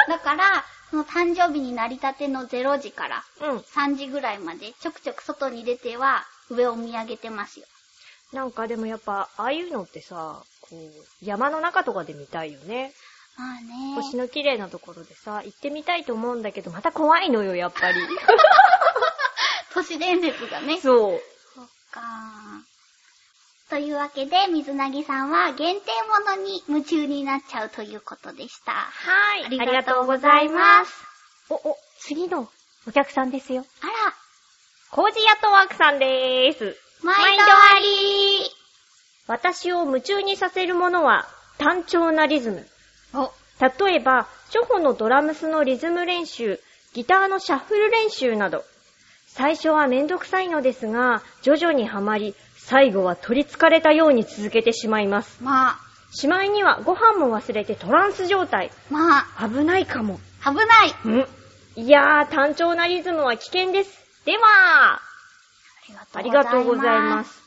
A: だから、その誕生日になりたての0時から
B: うん。
A: 3時ぐらいまで、ちょくちょく外に出ては、上を見上げてますよ。
B: なんかでもやっぱ、ああいうのってさ、こう、山の中とかで見たいよね。
A: まあね。
B: 星の綺麗なところでさ、行ってみたいと思うんだけど、また怖いのよ、やっ ぱり。
A: 都市伝説がね。
B: そう。
A: そっかー。というわけで、水なぎさんは限定ものに夢中になっちゃうということでした。
B: は
A: あ
B: あ
A: り
B: り
A: が
B: が
A: と
B: と
A: う
B: う
A: ご
B: ご
A: ざ
B: ざ
A: い
B: い
A: ま
B: ますす。お、お、次のお客さんですよ。
A: あら、
B: コージアットワークさんでーす。
A: 毎度あり
B: 私を夢中にさせるものは、単調なリズム。
A: ーお、
B: 例えば、初歩のドラムスのリズム練習、ギターのシャッフル練習など。最初はめんどくさいのですが、徐々にはまり、最後は取り憑かれたように続けてしまいます。
A: まあ、
B: しまいにはご飯も忘れてトランス状態。
A: まあ、
B: 危ないかも。
A: 危ない。
B: んいやー、単調なリズムは危険です。では、
A: あ。
B: ありがとうございますす。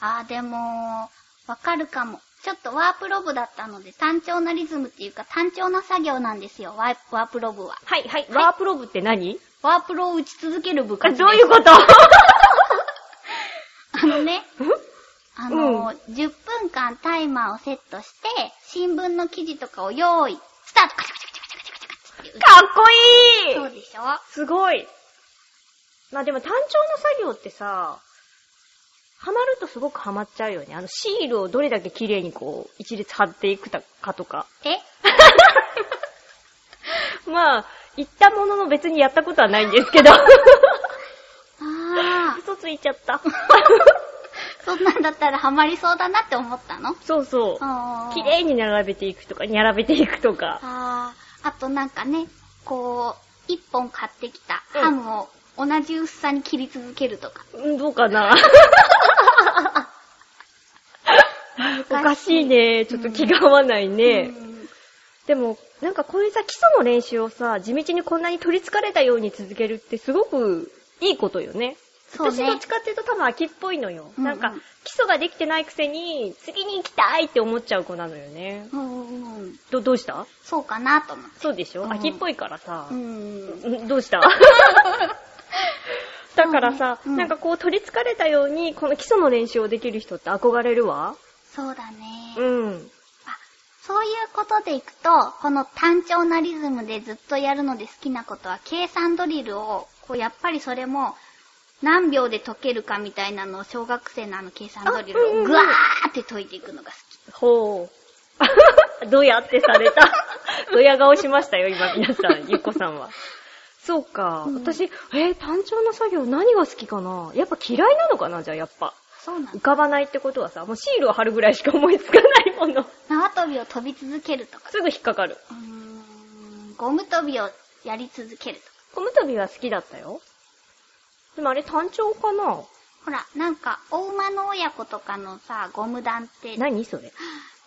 A: あー、でも、わかるかも。ちょっとワープロブだったので、単調なリズムっていうか、単調な作業なんですよ、ワーワープロブは。
B: はい、はい。
A: はい
B: ワープロブって何
A: ワープロを打ち続ける部
B: あ、
A: 活です。
B: どういう こと
A: あのね、
B: ん
A: あのー、10分間タイマーをセットして、新聞の記事とかを用意、スタートカチャカチャカチャカチャカチャカチャって打つ
B: かっこ
A: そ
B: いうい
A: でしょ
B: すごい。まあでも単調な作業ってさ、ハマるとすごくハマっちゃうよね。あのシールをどれだけ綺麗にこう、一列貼っていくたかとか。
A: え
B: まあ、言ったものの別にやったことはないんです けど。
A: あ
B: 嘘ついちゃった。
A: ー、そんなんだったらハマりそうだなって思ったの
B: そうそう。
A: あー
B: 綺麗に並べていくとか、並べていくとか。
A: あー、あとなんかね、こう、1本買ってきた
B: うん
A: ハムを同じ薄さに切り続けるとか。
B: うんどうかな おかしいね。ちょっと気が合わないね。
A: うん
B: でも、なんかこういうさ、基礎の練習をさ、地道にこんなに取り憑かれたように続けるってすごくいいことよね。
A: そう
B: 私どっ
A: ね
B: ち。かっていうと多分秋っぽいのよ。
A: うんうん
B: なんか、基礎ができてないくせに、次に行きたいって思っちゃう子なのよね。
A: うんうんうん。
B: ど、どうした
A: そうかなと思って。
B: そうでしょ、
A: うん
B: 秋っぽいからさ。
A: うん。
B: んどうした だからさ、
A: そうねうん
B: なんかこう取り憑かれたように、この基礎の練習をできる人って憧れるわ。
A: そうだね。
B: うん。
A: そういうことでいくと、この単調なリズムでずっとやるので好きなことは、計算ドリルを、こう、やっぱりそれも、何秒で解けるかみたいなのを、小学生のあの計算ドリ
B: あう
A: ル
B: んうんう
A: を、
B: ん
A: ぐわーって解いていくのが好き。
B: ほ う。どうやってされたドヤ顔しましたよ、今皆さん、ゆっこさんは。そうか。
A: うん
B: 私、えー単調な作業何が好きかなやっぱ嫌いなのかなじゃあやっぱ。
A: そうな
B: 浮
A: の。
B: かばないってことはさ、もうシールを貼るぐらいしか思いつかないもの。
A: 縄跳びを飛び続けるとか、
B: すぐ引っかかる。
A: うーん、ゴム跳びをやり続けるとか。
B: コムトビは好きだったよ。でもあれ単調かな
A: ほら、なんか、お馬の親子とかのさ、ゴム弾って、
B: 何それ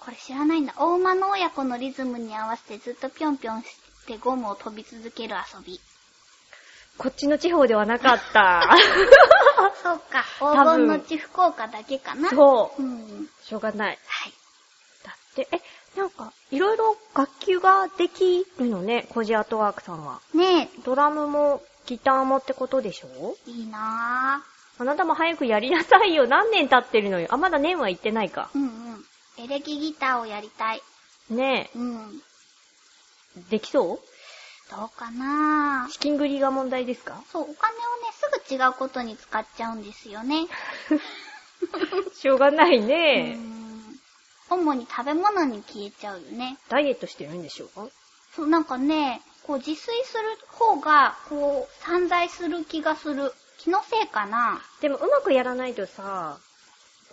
A: これ知らないんだ。お馬の親子のリズムに合わせてずっとぴょんぴょんしてゴムを飛び続ける遊び。
B: こっちの地方ではなかった。
A: そうか。黄
B: 多分
A: 金の地福岡だけかな。う。
B: そう。
A: ん。
B: しょうがない。
A: はい。
B: だって、え、なんか、いろいろ楽器ができるのね、コジアートワークさんは。
A: ね
B: ドラムもギターもってことでしょ
A: え、いいな
B: あなたも早くやりなさいよ。何年経ってるのよ。あ、まだ年は行ってないか
A: ぁ。。うんうん。エレキギターをやりたい。
B: ね
A: うん。
B: え、できそ
A: どうかな
B: う
A: ぁ。
B: 資金繰りが問題ですか
A: そう、お金をね、すぐ違うことに使っちゃうんですよね。
B: しょうがないうね。
A: ん。主に食べ物に消えちゃうよね。
B: ダイエットしてるんでしょうか
A: そう、なんかね、こう自炊する方が、こう、散財する気がする。気のせいかな
B: でもうまくやらないとさ、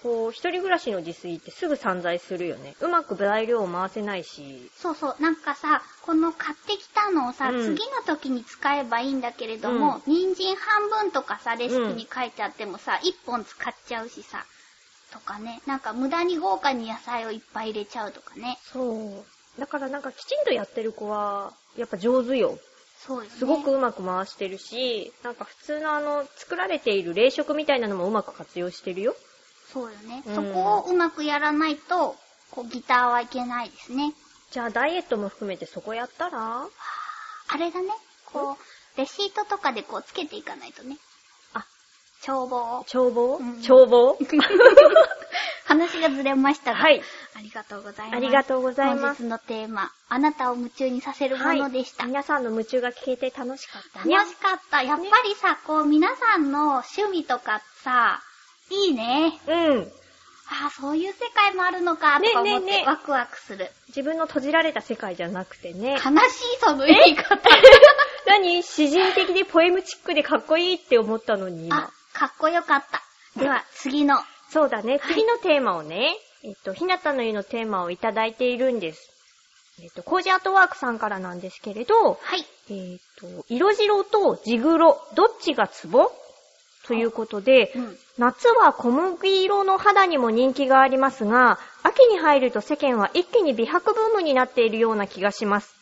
B: こう、一人暮らしの自炊ってすぐ散財するよね。うまく材料を回せないし。
A: そうそう、なんかさ、この買ってきたのをさ、
B: うん
A: 次の時に使えばいいんだけれども、人参半分とかさ、レシピに書いてあってもさ、一本使っちゃうしさ、とかね、なんか無駄に豪華に野菜をいっぱい入れちゃうとかね。
B: そう。だからなんかきちんとやってる子は、やっぱ上手よ。
A: そうよね。
B: すごくうまく回してるし、なんか普通のあの、作られている冷食みたいなのもうまく活用してるよ。
A: そうよね。
B: うん
A: そこをうまくやらないと、こうギターはいけないですね。
B: じゃあダイエットも含めてそこやったら
A: あれだね、こう、レシートとかでこうつけていかないとね。
B: あ、
A: 帳簿 を。
B: 眺望
A: うん
B: 眺望
A: 話がずれましたが。
B: はい。
A: ありがとうございます。
B: ありがとうございま
A: 本
B: す
A: 日のテーマ、あなたを夢中にさせるものでした。
B: 皆さんの夢中が聞けて楽しかったね。
A: 楽しかった。やっぱりさ、こう、皆さんの趣味とかさ、いいね。
B: うん。
A: ああ、そういう世界もあるのか、とか思っ
B: ねね
A: て
B: ね
A: ワクワクする。
B: 自分の閉じられた世界じゃなくてね
A: 悲。しい、その言い方。
B: 何詩人的でポエムチックでかっこいいって思ったのに今
A: あ。、かっこよかった。では、次の。
B: そうだね。次のテーマをね、えっと、ひなたの湯のテーマをいただいているんです。えっと、コージアートワークさんからなんですけれど、
A: はい。
B: えっと、色白とジグロ、どっちがツボということで、
A: うん。
B: 夏は小麦色の肌にも人気がありますが、秋に入ると世間は一気に美白ブームになっているような気がします。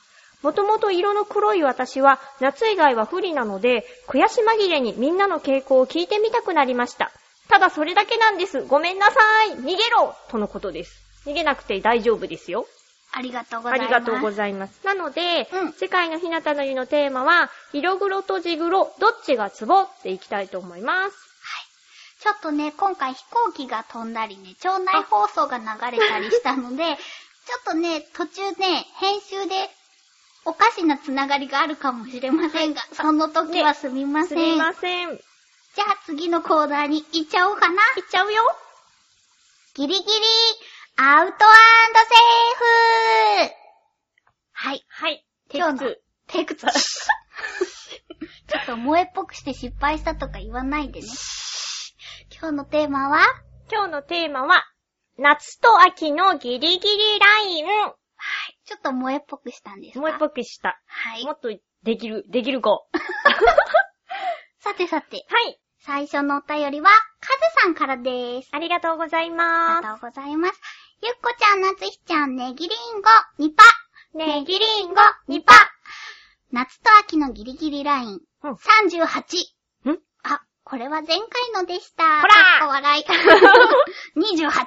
B: もともと色の黒い私は夏以外は不利なので、悔し紛れにみんなの傾向を聞いてみたくなりました。ただそれだけなんです。ごめんなさい。逃げろとのことです。逃げなくて大丈夫ですよ。
A: ありがとうござ
B: あ
A: います。
B: りがとうご
A: ざい
B: ざいます。なので、
A: うん
B: 次回のひなたの湯のテーマは、色黒と地黒、どっちがツボっていきたいと思います。
A: ます。ちょっとね、今回飛行機が飛んだりね、町内放送が流れたりしたので、ちょっとね、途中ね、編集で、おかしなつながりがあるかもしれませんが、その時はすみませ
B: す
A: ん。
B: み
A: じゃ
B: ません。いっ
A: あ次のコーナーに行っちゃおうかな。
B: ちゃうよ。
A: ギリギリ、アウトセーフはい。
B: はい。テイ
A: 今
B: ク
A: 日の
B: 2。
A: テイク2。ちょっと萌えっぽくして失敗したとか言わないでね。 今日のテーマは
B: 今日のテーマは、夏と秋のギリギリライン。
A: ちょっと萌えっぽくしたんですか
B: もう一
A: く。
B: ぽくした。
A: はい
B: も。っとできる、できる子。は
A: さてさて、
B: い。
A: 最初のお便りは、カズさんからです。
B: ありがとうござ
A: あ
B: いま
A: りがとうございます。ゆっこちゃん、なつひちゃん、ねぎりんご、にぱ。
B: す。ね
A: ぎりんご、にぱ。夏と秋のギリギリライン。
B: うん
A: 38。
B: ん
A: あ、これは前回のでした。
B: ほら
A: かっこ笑 い。28。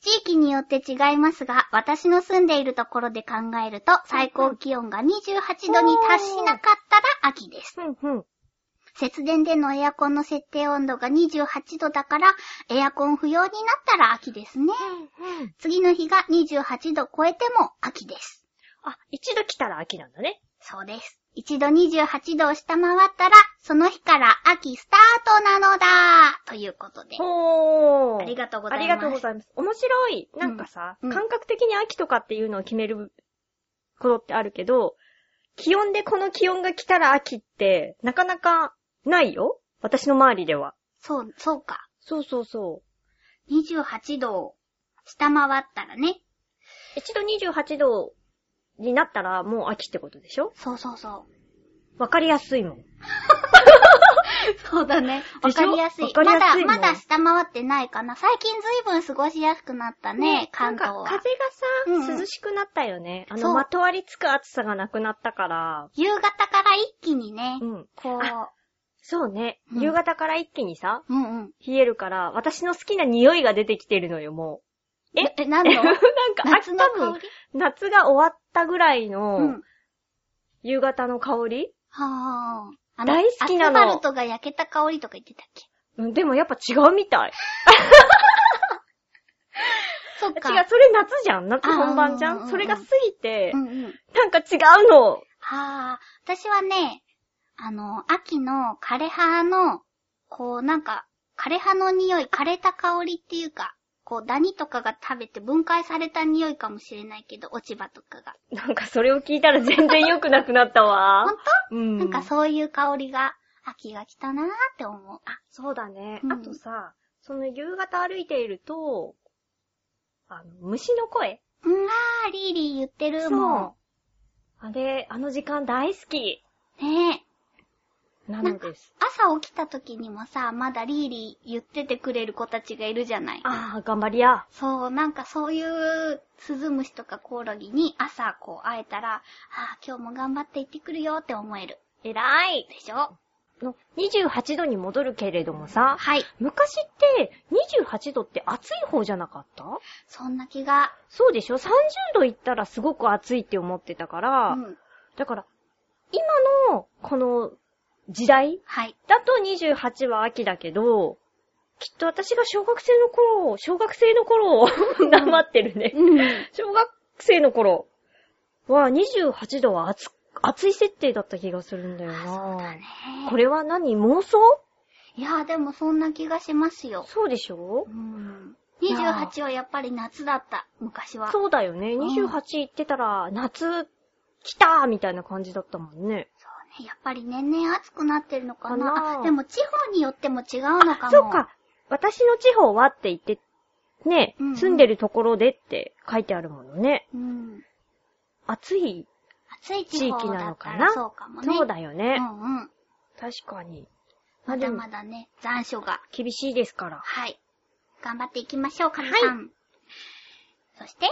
A: 地域によって違いますが、私の住んでいるところで考えると、最高気温が28度に達しなかったら秋です。
B: ふんふん。
A: 節電でのエアコンの設定温度が28度だから、エアコン不要になったら秋ですね。次の日が28度超えても秋です。
B: あ、一度来たら秋なんだね。
A: そうです。一度28度を下回ったら、その日から秋スタートなのだということで。
B: ほー。
A: ありがとうござい
B: あ
A: ます。
B: りがとうございます。面白い。なんかさ、
A: うんうん
B: 感覚的に秋とかっていうのを決めることってあるけど、気温でこの気温が来たら秋って、なかなかないよ。私の周りでは。
A: そう、そうか。
B: そうそうそう。
A: 28度を下回ったらね。
B: 一度28度になったらもう秋ってことでしょ
A: そうそうそう。
B: わかりやすいもん。
A: そうだね。わ
B: でし
A: か
B: ょ
A: りやすい。
B: わかりやすいも
A: ま
B: ん
A: だ、まだ下回ってないかな。最近ずいぶん過ごしやすくなったね、関東
B: なんか
A: は。
B: 風が
A: う
B: さ、
A: んうん
B: 涼しくなったよね。あ
A: そ
B: の、
A: う
B: まとわりつく暑さがなくなったから。
A: 夕方から一気にね、
B: うん。
A: こ
B: あそうね。
A: うん
B: 夕方から一気にさ、
A: う、うんうん。
B: 冷えるから、私の好きな匂いが出てきてるのよ、もえ
A: なえ、
B: う。
A: 何の
B: なんか、あ
A: 夏の
B: 多
A: 香
B: 分
A: り
B: 夏が終わったぐらいうの
A: ん。、
B: 夕方の香り、
A: はぁ。あ
B: 大好きなの
A: アスファルトが焼けた香りとか言ってたっけ
B: うん、でもやっぱ違うみたい。
A: そっ
B: 違う、
A: か。
B: それ夏じゃん夏本番じ
A: あ
B: ゃ
A: ーうんうんうん
B: んそれが過ぎて、
A: うんうん。
B: なんか違うの。
A: はあ、私はね、あの、秋の枯葉の、こうなんか、枯葉の匂い、枯れた香りっていうか、こうダニとかが食べて分解された匂いかもしれないけど、落ち葉とかが。
B: なんかそれを聞いたら全然良くなくなったわ
A: ほ。ん
B: うん。
A: なんかそういう香りが、秋が来たなーって思う。
B: あ、そうだね。
A: うん
B: あとさ、その夕方歩いていると、あの、虫の声
A: うん、あー、リーリー言ってるも
B: あれ、あの時間大好き
A: ん。ねえ。
B: なのです。
A: 朝起きた時にもさ、まだリーリー言っててくれる子たちがいるじゃない。
B: ああ、頑張りや。
A: そう、なんかそういう、スズムシとかコオロギに朝こう会えたら、ああ、今日も頑張って行ってくるよって思える。
B: 偉い。
A: でしょ
B: の28度に戻るけれどもさ、
A: はい。
B: 昔って28度って暑い方じゃなかった
A: そんな気が。
B: そうでしょ ?30 度いったらすごく暑いって思ってたから、
A: うん。
B: だから、今のこの時代
A: はい。
B: だと28は秋だけど、きっと私が小学生の頃、小学生の 頃、なまってるね。
A: うん。
B: 小学生の頃は28度は暑、暑い設定だった気がするんだよな。これは何妄想
A: いやーでもそんな気がしますよ。
B: そうでしょ
A: うん。
B: いやー
A: 28はやっぱり夏だった、昔は。
B: そうだよね。
A: うん
B: 28行ってたら、夏、来たーみたいな感じだったもんね。
A: そうね。やっぱり年々暑くなってるのかな。
B: かな
A: あでも地方によっても違うのかも。
B: そうか。。私の地方はって言って、ね、
A: うんうん
B: 住んでるところでって書いてあるものね。
A: うん。
B: 暑い、
A: 暑い地方だった
B: 地域なのかな
A: らそうかもね。
B: そうだよね。
A: うんうん。
B: 確かに。ま
A: ま
B: あで
A: だ
B: も
A: ま、だね、残暑が。
B: 厳しいですから。
A: はい。頑張っていきましょう、カズさん。そして、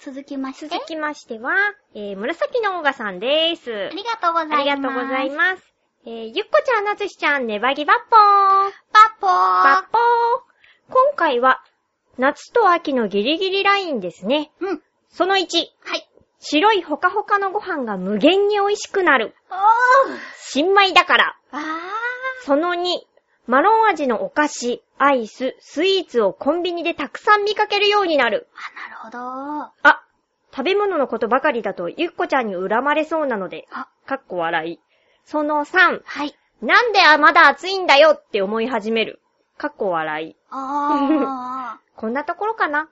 A: 続きまして、
B: 続きましては、えー、紫のオーガさんです。
A: ありがとうございま
B: あ
A: す。
B: りがとうございます。えー、ゆっこちゃん、なつしちゃん、ネバギバッポー。
A: パッポー
B: バッポ回は、夏と秋のギリギリラインですね。
A: うん。
B: その1、
A: はい。
B: 白いほかほかのご飯が無限に美味しくなる。
A: おー。
B: 新米だから。
A: あ
B: その2、マロン味のお菓子、アイス、スイーツをコンビニでたくさん見かけるようになる。
A: ー。なるほど。
B: あ、食べ物のことばかりだとゆっこちゃんに恨まれそうなので、
A: あ、
B: かっこ笑い。その3、
A: はい。
B: なんであまだ暑いんだよって思い始める。かっこ笑い。
A: あ
B: こんなところかな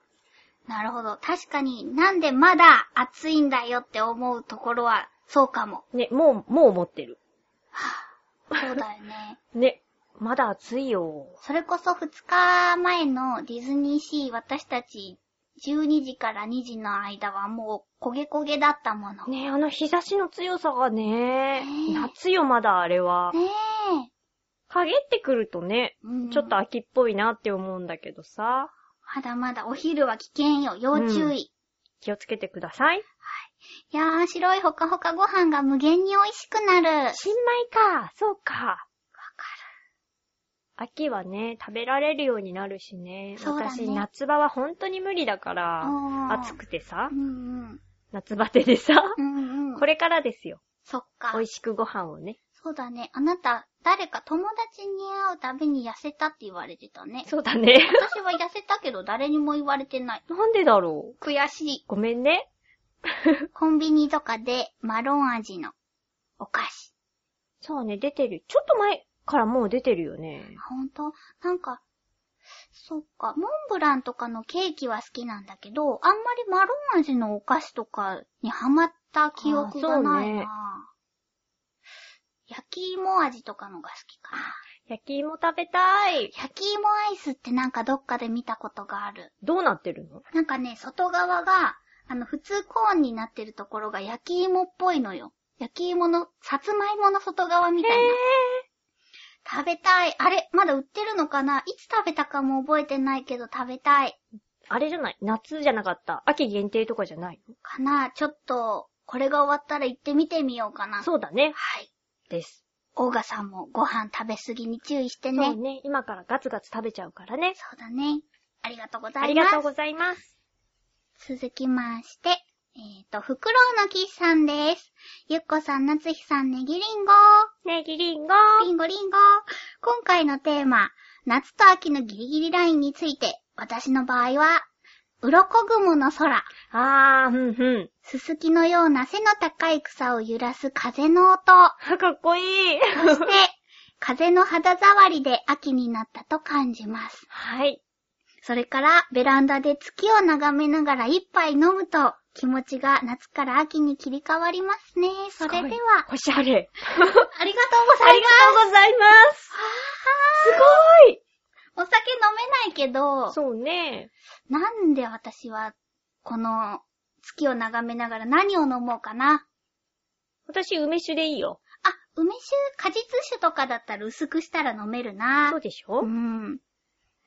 A: ー。なるほど。確かになんでまだ暑いんだよって思うところは、そうかも。
B: ね、もう、もう思ってる。
A: そうだよ ね。
B: ね、まだ暑いよ。
A: それこそ2日前のディズニーシー私たち12時から2時の間はもう焦げ焦げだったもの。ね
B: ねあの日差しの強さがね
A: ね、
B: 夏よまだあれは。陰ってくるとね、
A: え、うん
B: ちょっと秋っぽいなって思うんだけどさ、
A: まだまだお昼は危険よ。要注意。
B: 気をつけてください。
A: いやー、白いほかほかご飯が無限に美味しくなる。
B: 新米か、そうか。わかる。秋はね、食べられるようになるしね。
A: そうだね
B: 私、夏場は本当に無理だから、
A: うん
B: 暑くてさ
A: う、ん
B: 夏バテでさ、
A: うん。うんうん。
B: これからですよ。
A: そっか
B: 美。味しくご飯をね。
A: そうだね。あなた、誰か友達に会うたびに痩せたって言われてたね。
B: そうだ ね。
A: 私は痩せたけど誰にも言われてない。
B: なんでだろう。
A: 悔しい。
B: ごめんね。
A: コンビニとかでマロン味のお菓子。
B: そうね、出てる。ちょっと前からもう出てるよね。
A: あほんとなんか、そっか、モンブランとかのケーキは好きなんだけど、あんまりマロン味のお菓子とかにハマった記憶がないな、
B: あ
A: 焼き芋味とかのが好きかな。
B: 焼き芋食べたい。
A: 焼き芋アイスってなんかどっかで見たことがある。
B: どうなってるの
A: なんかね、外側が、あの、普通コーンになってるところが焼き芋っぽいのよ。焼き芋の、さつまいもの外側みたいな。食べたい。あれまだ売ってるのかないつ食べたかも覚えてないけど食べたい。
B: あれじゃない夏じゃなかった。秋限定とかじゃない
A: かなちょっと、これが終わったら行ってみてみようかな。
B: のそうだね。
A: はい。
B: です。
A: オーガさんもご飯食べ過ぎに注意してね。
B: そ
A: そうう
B: ね。今からガツガツ食べちゃうからね。
A: だね。ありがとうござ
B: あ
A: い
B: り
A: ます。
B: がとうございます。
A: 続きまして、えっ、と、フクロウのキスさんです。ゆっこさん、なつひさん、ねぎりんご。
B: ネギリンゴ
A: リンゴリンゴ。今回のテーマ、夏と秋のギリギリラインについて、私の場合は、鱗雲の空。
B: あー、ふんふん。
A: すすきのような背の高い草を揺らす風の音。
B: あかっこいい。
A: そ して、風の肌触りで秋になったと感じます。
B: はい。
A: それから、ベランダで月を眺めながら一杯飲むと、気持ちが夏から秋に切り替わりますね。それでは、
B: おしゃれ。
A: ありがとうご
B: あ
A: ざい
B: り
A: ま
B: が
A: す。
B: とうございます。すごい
A: お酒飲めないけど、
B: そうね。
A: なんで私は、この月を眺めながら何を飲もうかな。
B: 私、梅酒でいいよ。
A: あ、梅酒、果実酒とかだったら薄くしたら飲めるな
B: そう。でし
A: う
B: ょ
A: ん。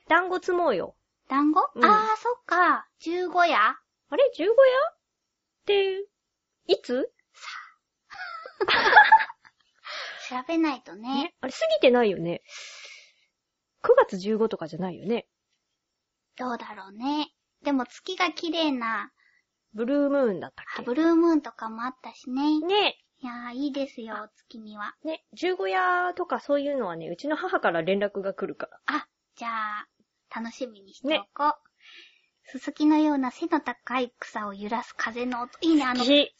B: 団子積もうよ。
A: 団子、
B: うん
A: あー、そっか。十五夜
B: あれ ?15 夜って、いつ
A: 調べないとね。
B: あれ、過ぎてないよね。9月15とかじゃないよね。
A: どうだろうね。でも月が綺麗な、
B: ブルームーンだった
A: あ
B: っ
A: ブルームーンとかもあったしね。
B: けね
A: いやー、いいですよ、お月見は。
B: え、ね、十五夜とかそういうのはね、うちの母から連絡が来るから。
A: あ、じゃあ、楽しみにしておこう。すすきのような背の高い草を揺らす風の音。いいね、あの、
B: 木。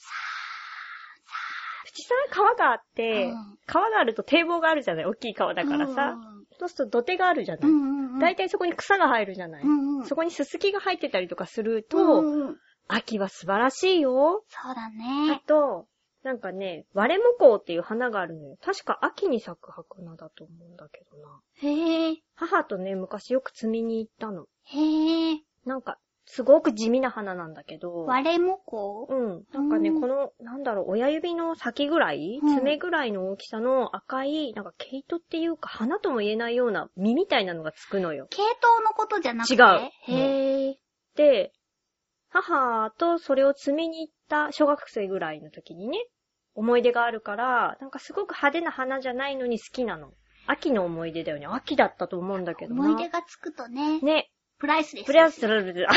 B: 口さん川があって、
A: うん
B: 川があると堤防があるじゃない大きい川だからさ。そうすると土手があるじゃな
A: う
B: い、
A: んうんうん。
B: だいたいそこに草が生えるじゃない、
A: うんうん
B: そこにススキが入ってたりとかすると、
A: うんうん
B: 秋は素晴らしいよ。
A: そうだ
B: あ
A: ね。
B: と、なんかね、割れもこうっていう花があるのよ。確か秋に咲く花だと思うんだけどな。
A: へえ、
B: 母とね、昔よく摘みに行ったの。
A: へえ、
B: なんか、すごく地味な花なんだけど。
A: 割れもこ
B: うん。なんかね、
A: うん
B: この、なんだろう、親指の先ぐらい、
A: うん
B: 爪ぐらいの大きさの赤い、なんか毛糸っていうか、花とも言えないような実みたいなのがつくのよ。
A: 系統のことじゃなくて。
B: 違う
A: へえ、
B: で、母とそれを摘みに行った小学生ぐらいの時にね、思い出があるから、なんかすごく派手な花じゃないのに好きなの。秋の思い出だよね。秋だったと思うんだけどな。
A: 思い出がつくとね。
B: ね。
A: プライスです。
B: プレアストラルル。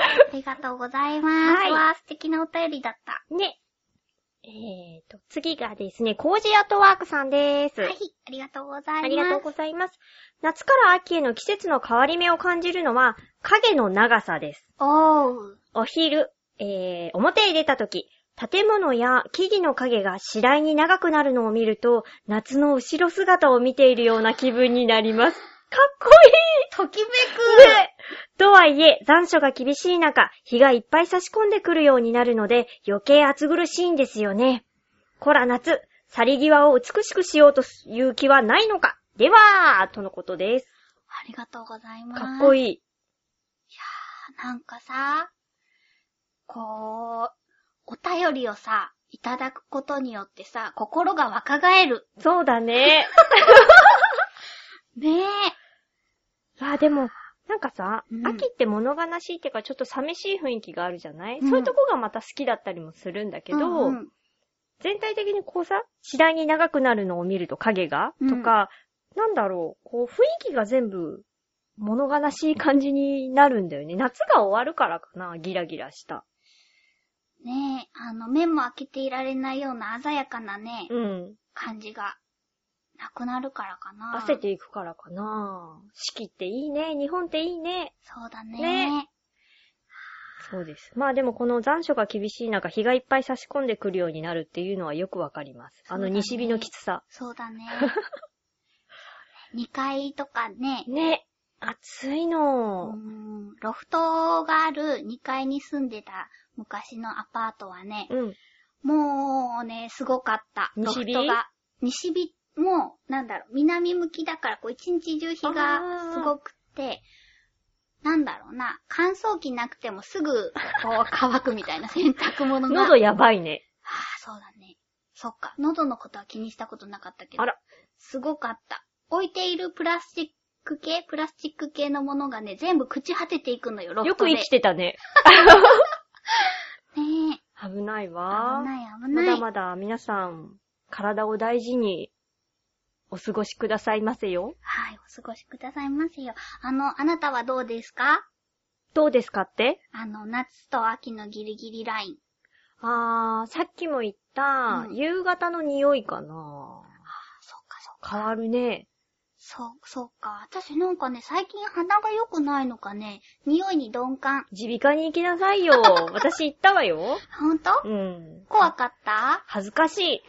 A: ありがとうございます。
B: はい
A: わあ、素敵なお便りだった。
B: ね。えーと、次がですね、コージーアートワークさんです。
A: はい、ありがとうございます。
B: ありがとうございます。夏から秋への季節の変わり目を感じるのは、影の長さです。
A: おー。
B: お昼、えー、表へ出た時、建物や木々の影が次第に長くなるのを見ると、夏の後ろ姿を見ているような気分になります。かっこい
A: と
B: い
A: きめ
B: ねとはいえ、残暑が厳しい中、日がいっぱい差し込んでくるようになるので、余計暑苦しいんですよね。こら夏、去り際を美しくしようという気はないのかでは、とのことです。
A: ありがとうございます。
B: かっこ
A: い。
B: いい。
A: なんかさ、こう、お便りをさ、いただくことによってさ、心が若返る。
B: そうだね。
A: ねえ。
B: いや、でも、なんかさ、
A: うん
B: 秋って物悲しいっていうか、ちょっと寂しい雰囲気があるじゃない、
A: うん
B: そういうとこがまた好きだったりもするんだけど、
A: うんうん
B: 全体的にこうさ、次第に長くなるのを見ると影が、
A: うん
B: とか、なんだろう、こう雰囲気が全部物悲しい感じになるんだよね。夏が終わるからかな、ギラギラした。
A: ねえ、あの、目も開けていられないような鮮やかなね、
B: うん。
A: 感じが、なくなるからかな。
B: 汗ていくからかな。四季っていいね、日本っていいね。
A: そうだね。
B: ねそうです。まあでもこの残暑が厳しい中、日がいっぱい差し込んでくるようになるっていうのはよくわかります。あ
A: そ
B: の
A: うだね
B: 西日のきつさ。
A: そうだ ね。2階とかね、
B: ね、暑いうの。
A: ん、ロフトがある2階に住んでた昔のアパートはね、
B: うん。
A: もうね、すごかった。ロ
B: 西
A: フ
B: 日
A: トが。西日も、なんだろう、南向きだから、こう、一日中日がすごくて、なんだろうな、乾燥機なくてもすぐ、こう、乾くみたいな洗濯物が。
B: 喉やばいね。
A: ああ、そうだね。そっか。喉のことは気にしたことなかったけど。
B: あら。
A: すごかった。置いているプラスチック系、プラスチック系のものがね、全部朽ち果てていくのよ、ロフ
B: よ
A: ト
B: く
A: で。
B: 生きてたね。
A: ねえ。
B: 危ないわ。
A: 危ない危
B: ま
A: な
B: だ
A: い。
B: まだ皆さん、体を大事にお過ごしくださいませよ。
A: はい、お過ごしくださいませよ。あの、あなたはどうですか
B: どうですかって
A: あの、夏と秋のギリギリライン。
B: あー、さっきも言った、
A: うん
B: 夕方の匂いかな。
A: そうか、そうか。
B: 変わるね。
A: そう、そうか。私なんかね、最近鼻が良くないのかね、匂いに鈍感。
B: 耳鼻科に行きなさい よ。私行ったわよ。
A: ほんと
B: うん。
A: 怖かった
B: 恥ずかしい。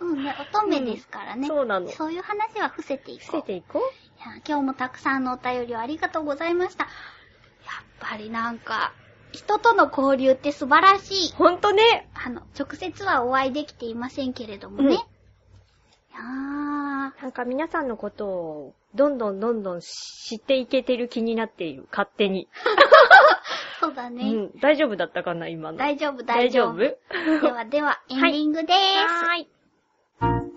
A: うんね、乙女ですからね。
B: そうなの。
A: そういう話は伏せてい
B: 伏せ
A: こう。
B: ていこう。
A: いや今日もたくさんのお便りをありがとうございました。やっぱりなんか、人との交流って素晴らしい。
B: ほんとね。
A: あの、直接はお会いできていませんけれどもね。
B: うん
A: いやー、
B: なんか皆さんのことを、どんどんどんどん知っていけてる気になっている。勝手に。
A: そうだね。
B: うん。大丈夫だったかな、今の。
A: 大丈夫、大丈夫。
B: 大
A: で はでは、エンディングでーす。
B: はーい。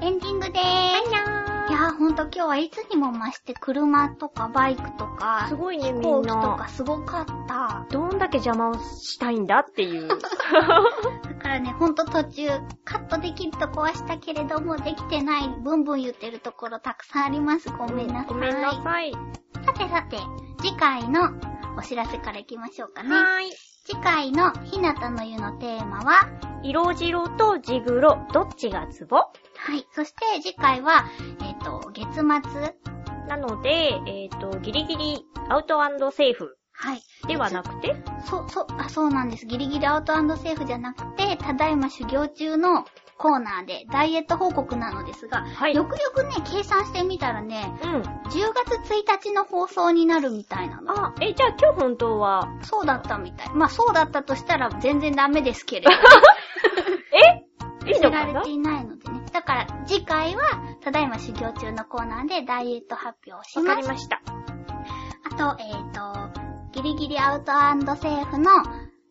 A: エンディングでーす。いやーほんと今日はいつにも増して車とかバイクとか、
B: すごいね、
A: 飛
B: み
A: 行
B: ん
A: 機とか
B: な。
A: すごかった。
B: どんだけ邪魔をしたいんだっていう。
A: だからね、ほんと途中、カットできるとこはしたけれども、できてない、ブンブン言ってるところたくさんあります。ごめんなさい。
B: ごめんなさい。は
A: さてさて、次回のお知らせからいきましょうかね。次回のひなたの湯のテーマは、
B: ーい。色白とジグロ、どっちがツボ
A: はい。そして次回は、えっ、と、月末。
B: なので、えっ、と、ギリギリアウトセーフ
A: はい。
B: ではなくて、
A: そう、そう、あ、そうなんです。ギリギリアウトセーフじゃなくて、ただいま修行中のコーナーでダイエット報告なのですが、
B: はい。
A: よ
B: うん。
A: くよくね、計算してみたらね、10月1日の放送になるみたいなの。
B: あ、え、じゃあ今日本当は、
A: そうだったみたい。まあそうだったとしたら全然ダメですけれど、
B: いい
A: 知
B: の
A: ら
B: か
A: れ
B: な
A: ていないのでね。だから次回は、ただいま修行中のコーナーでダイエット発表をし
B: わか
A: ま
B: り
A: す。
B: ました。
A: あと、えっ、ー、と、ギリギリアウトセーフの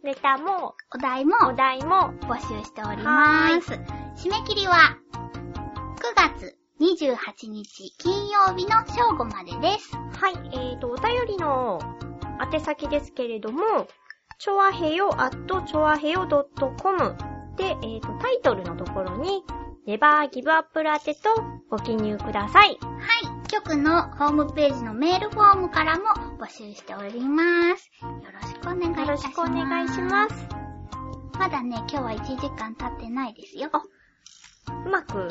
B: ネタも、
A: お題も
B: お題も、
A: 募集しております。締め切りは9月28日金曜日の正午までです。
B: はい、えーと、お便りの宛先ですけれども、ちょわへよ at ちょわへよ .com で、えっ、と、タイトルのところに、ネバーギブアップル宛てとご記入ください。
A: はい。局のホームページのメールフォームからも募集しております。よろしくお願いいたします。
B: よろしくお願いします。
A: す。まだね、今日は1時間経ってないですよ。
B: うまくいっ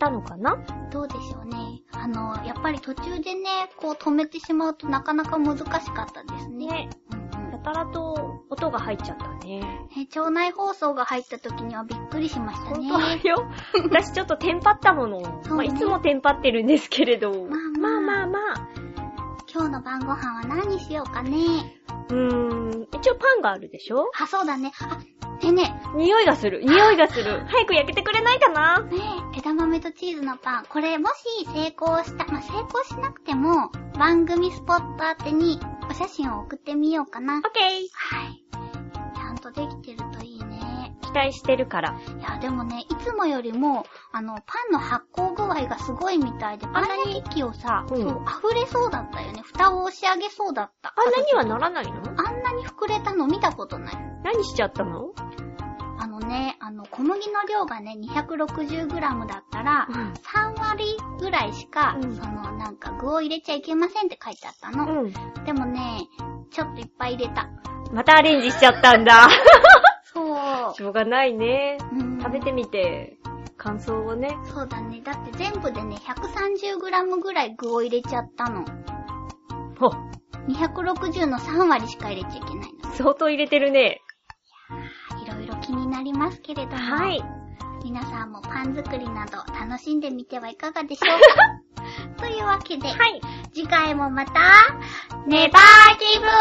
B: たのかな
A: どうでしょうね。あの、やっぱり途中でね、こう止めてしまうとなかなか難しかったですね。
B: ね。
A: うん
B: やたらと音が入っちゃったね。
A: うんね町内放送が入った時にはびっくりしました
B: 本
A: ね。
B: 当よ。私ちょっとテンパったもの。
A: そう
B: ま
A: ね
B: あ、いつもテンパってるんですけれど。
A: まあま
B: ま
A: あ
B: あまあまあ。
A: 今日の晩ご飯は何にしようかね。
B: うーん。一応パンがあるでしょ
A: あ、そうだね。あ、でね、
B: 匂いがする。匂いがする。早く焼けてくれないかな
A: ねえ、枝豆とチーズのパン。これ、もし成功した、まあ、成功しなくても、番組スポット宛てにお写真を送ってみようかな
B: オッ。ケー。
A: はい。ちゃんとできてるといいね。
B: 期待してるから。
A: いや、でもね、いつもよりも、あの、パンの発酵具合がすごいみたいで、パン焼き器をさ、
B: うん
A: そう、溢れそうだったよね。蓋を押し上げそうだった。
B: あんなにはならないの
A: あんなに膨れたの見たことない。
B: 何しちゃったの
A: あのね、あの、小麦の量がね、260g だったら、3割ぐらいしか、
B: うん
A: その、なんか具を入れちゃいけませんって書いてあったの。
B: うん。
A: でもね、ちょっといっぱい入れた。
B: またアレンジしちゃったんだ。
A: そう。
B: しょうがないね。
A: うん
B: 食べてみて、感想をね。
A: そうだね。だって全部でね、130g ぐらい具を入れちゃったの。
B: ほっ、
A: 260の3割しか入れちゃいけないの。
B: 相当入れてるね。
A: いろいろ気になりますけれども。
B: はい。
A: 皆さんもパン作りなど楽しんでみてはいかがでしょ うかというわけで、
B: はい。
A: 次回もまた、ネバーギブアッ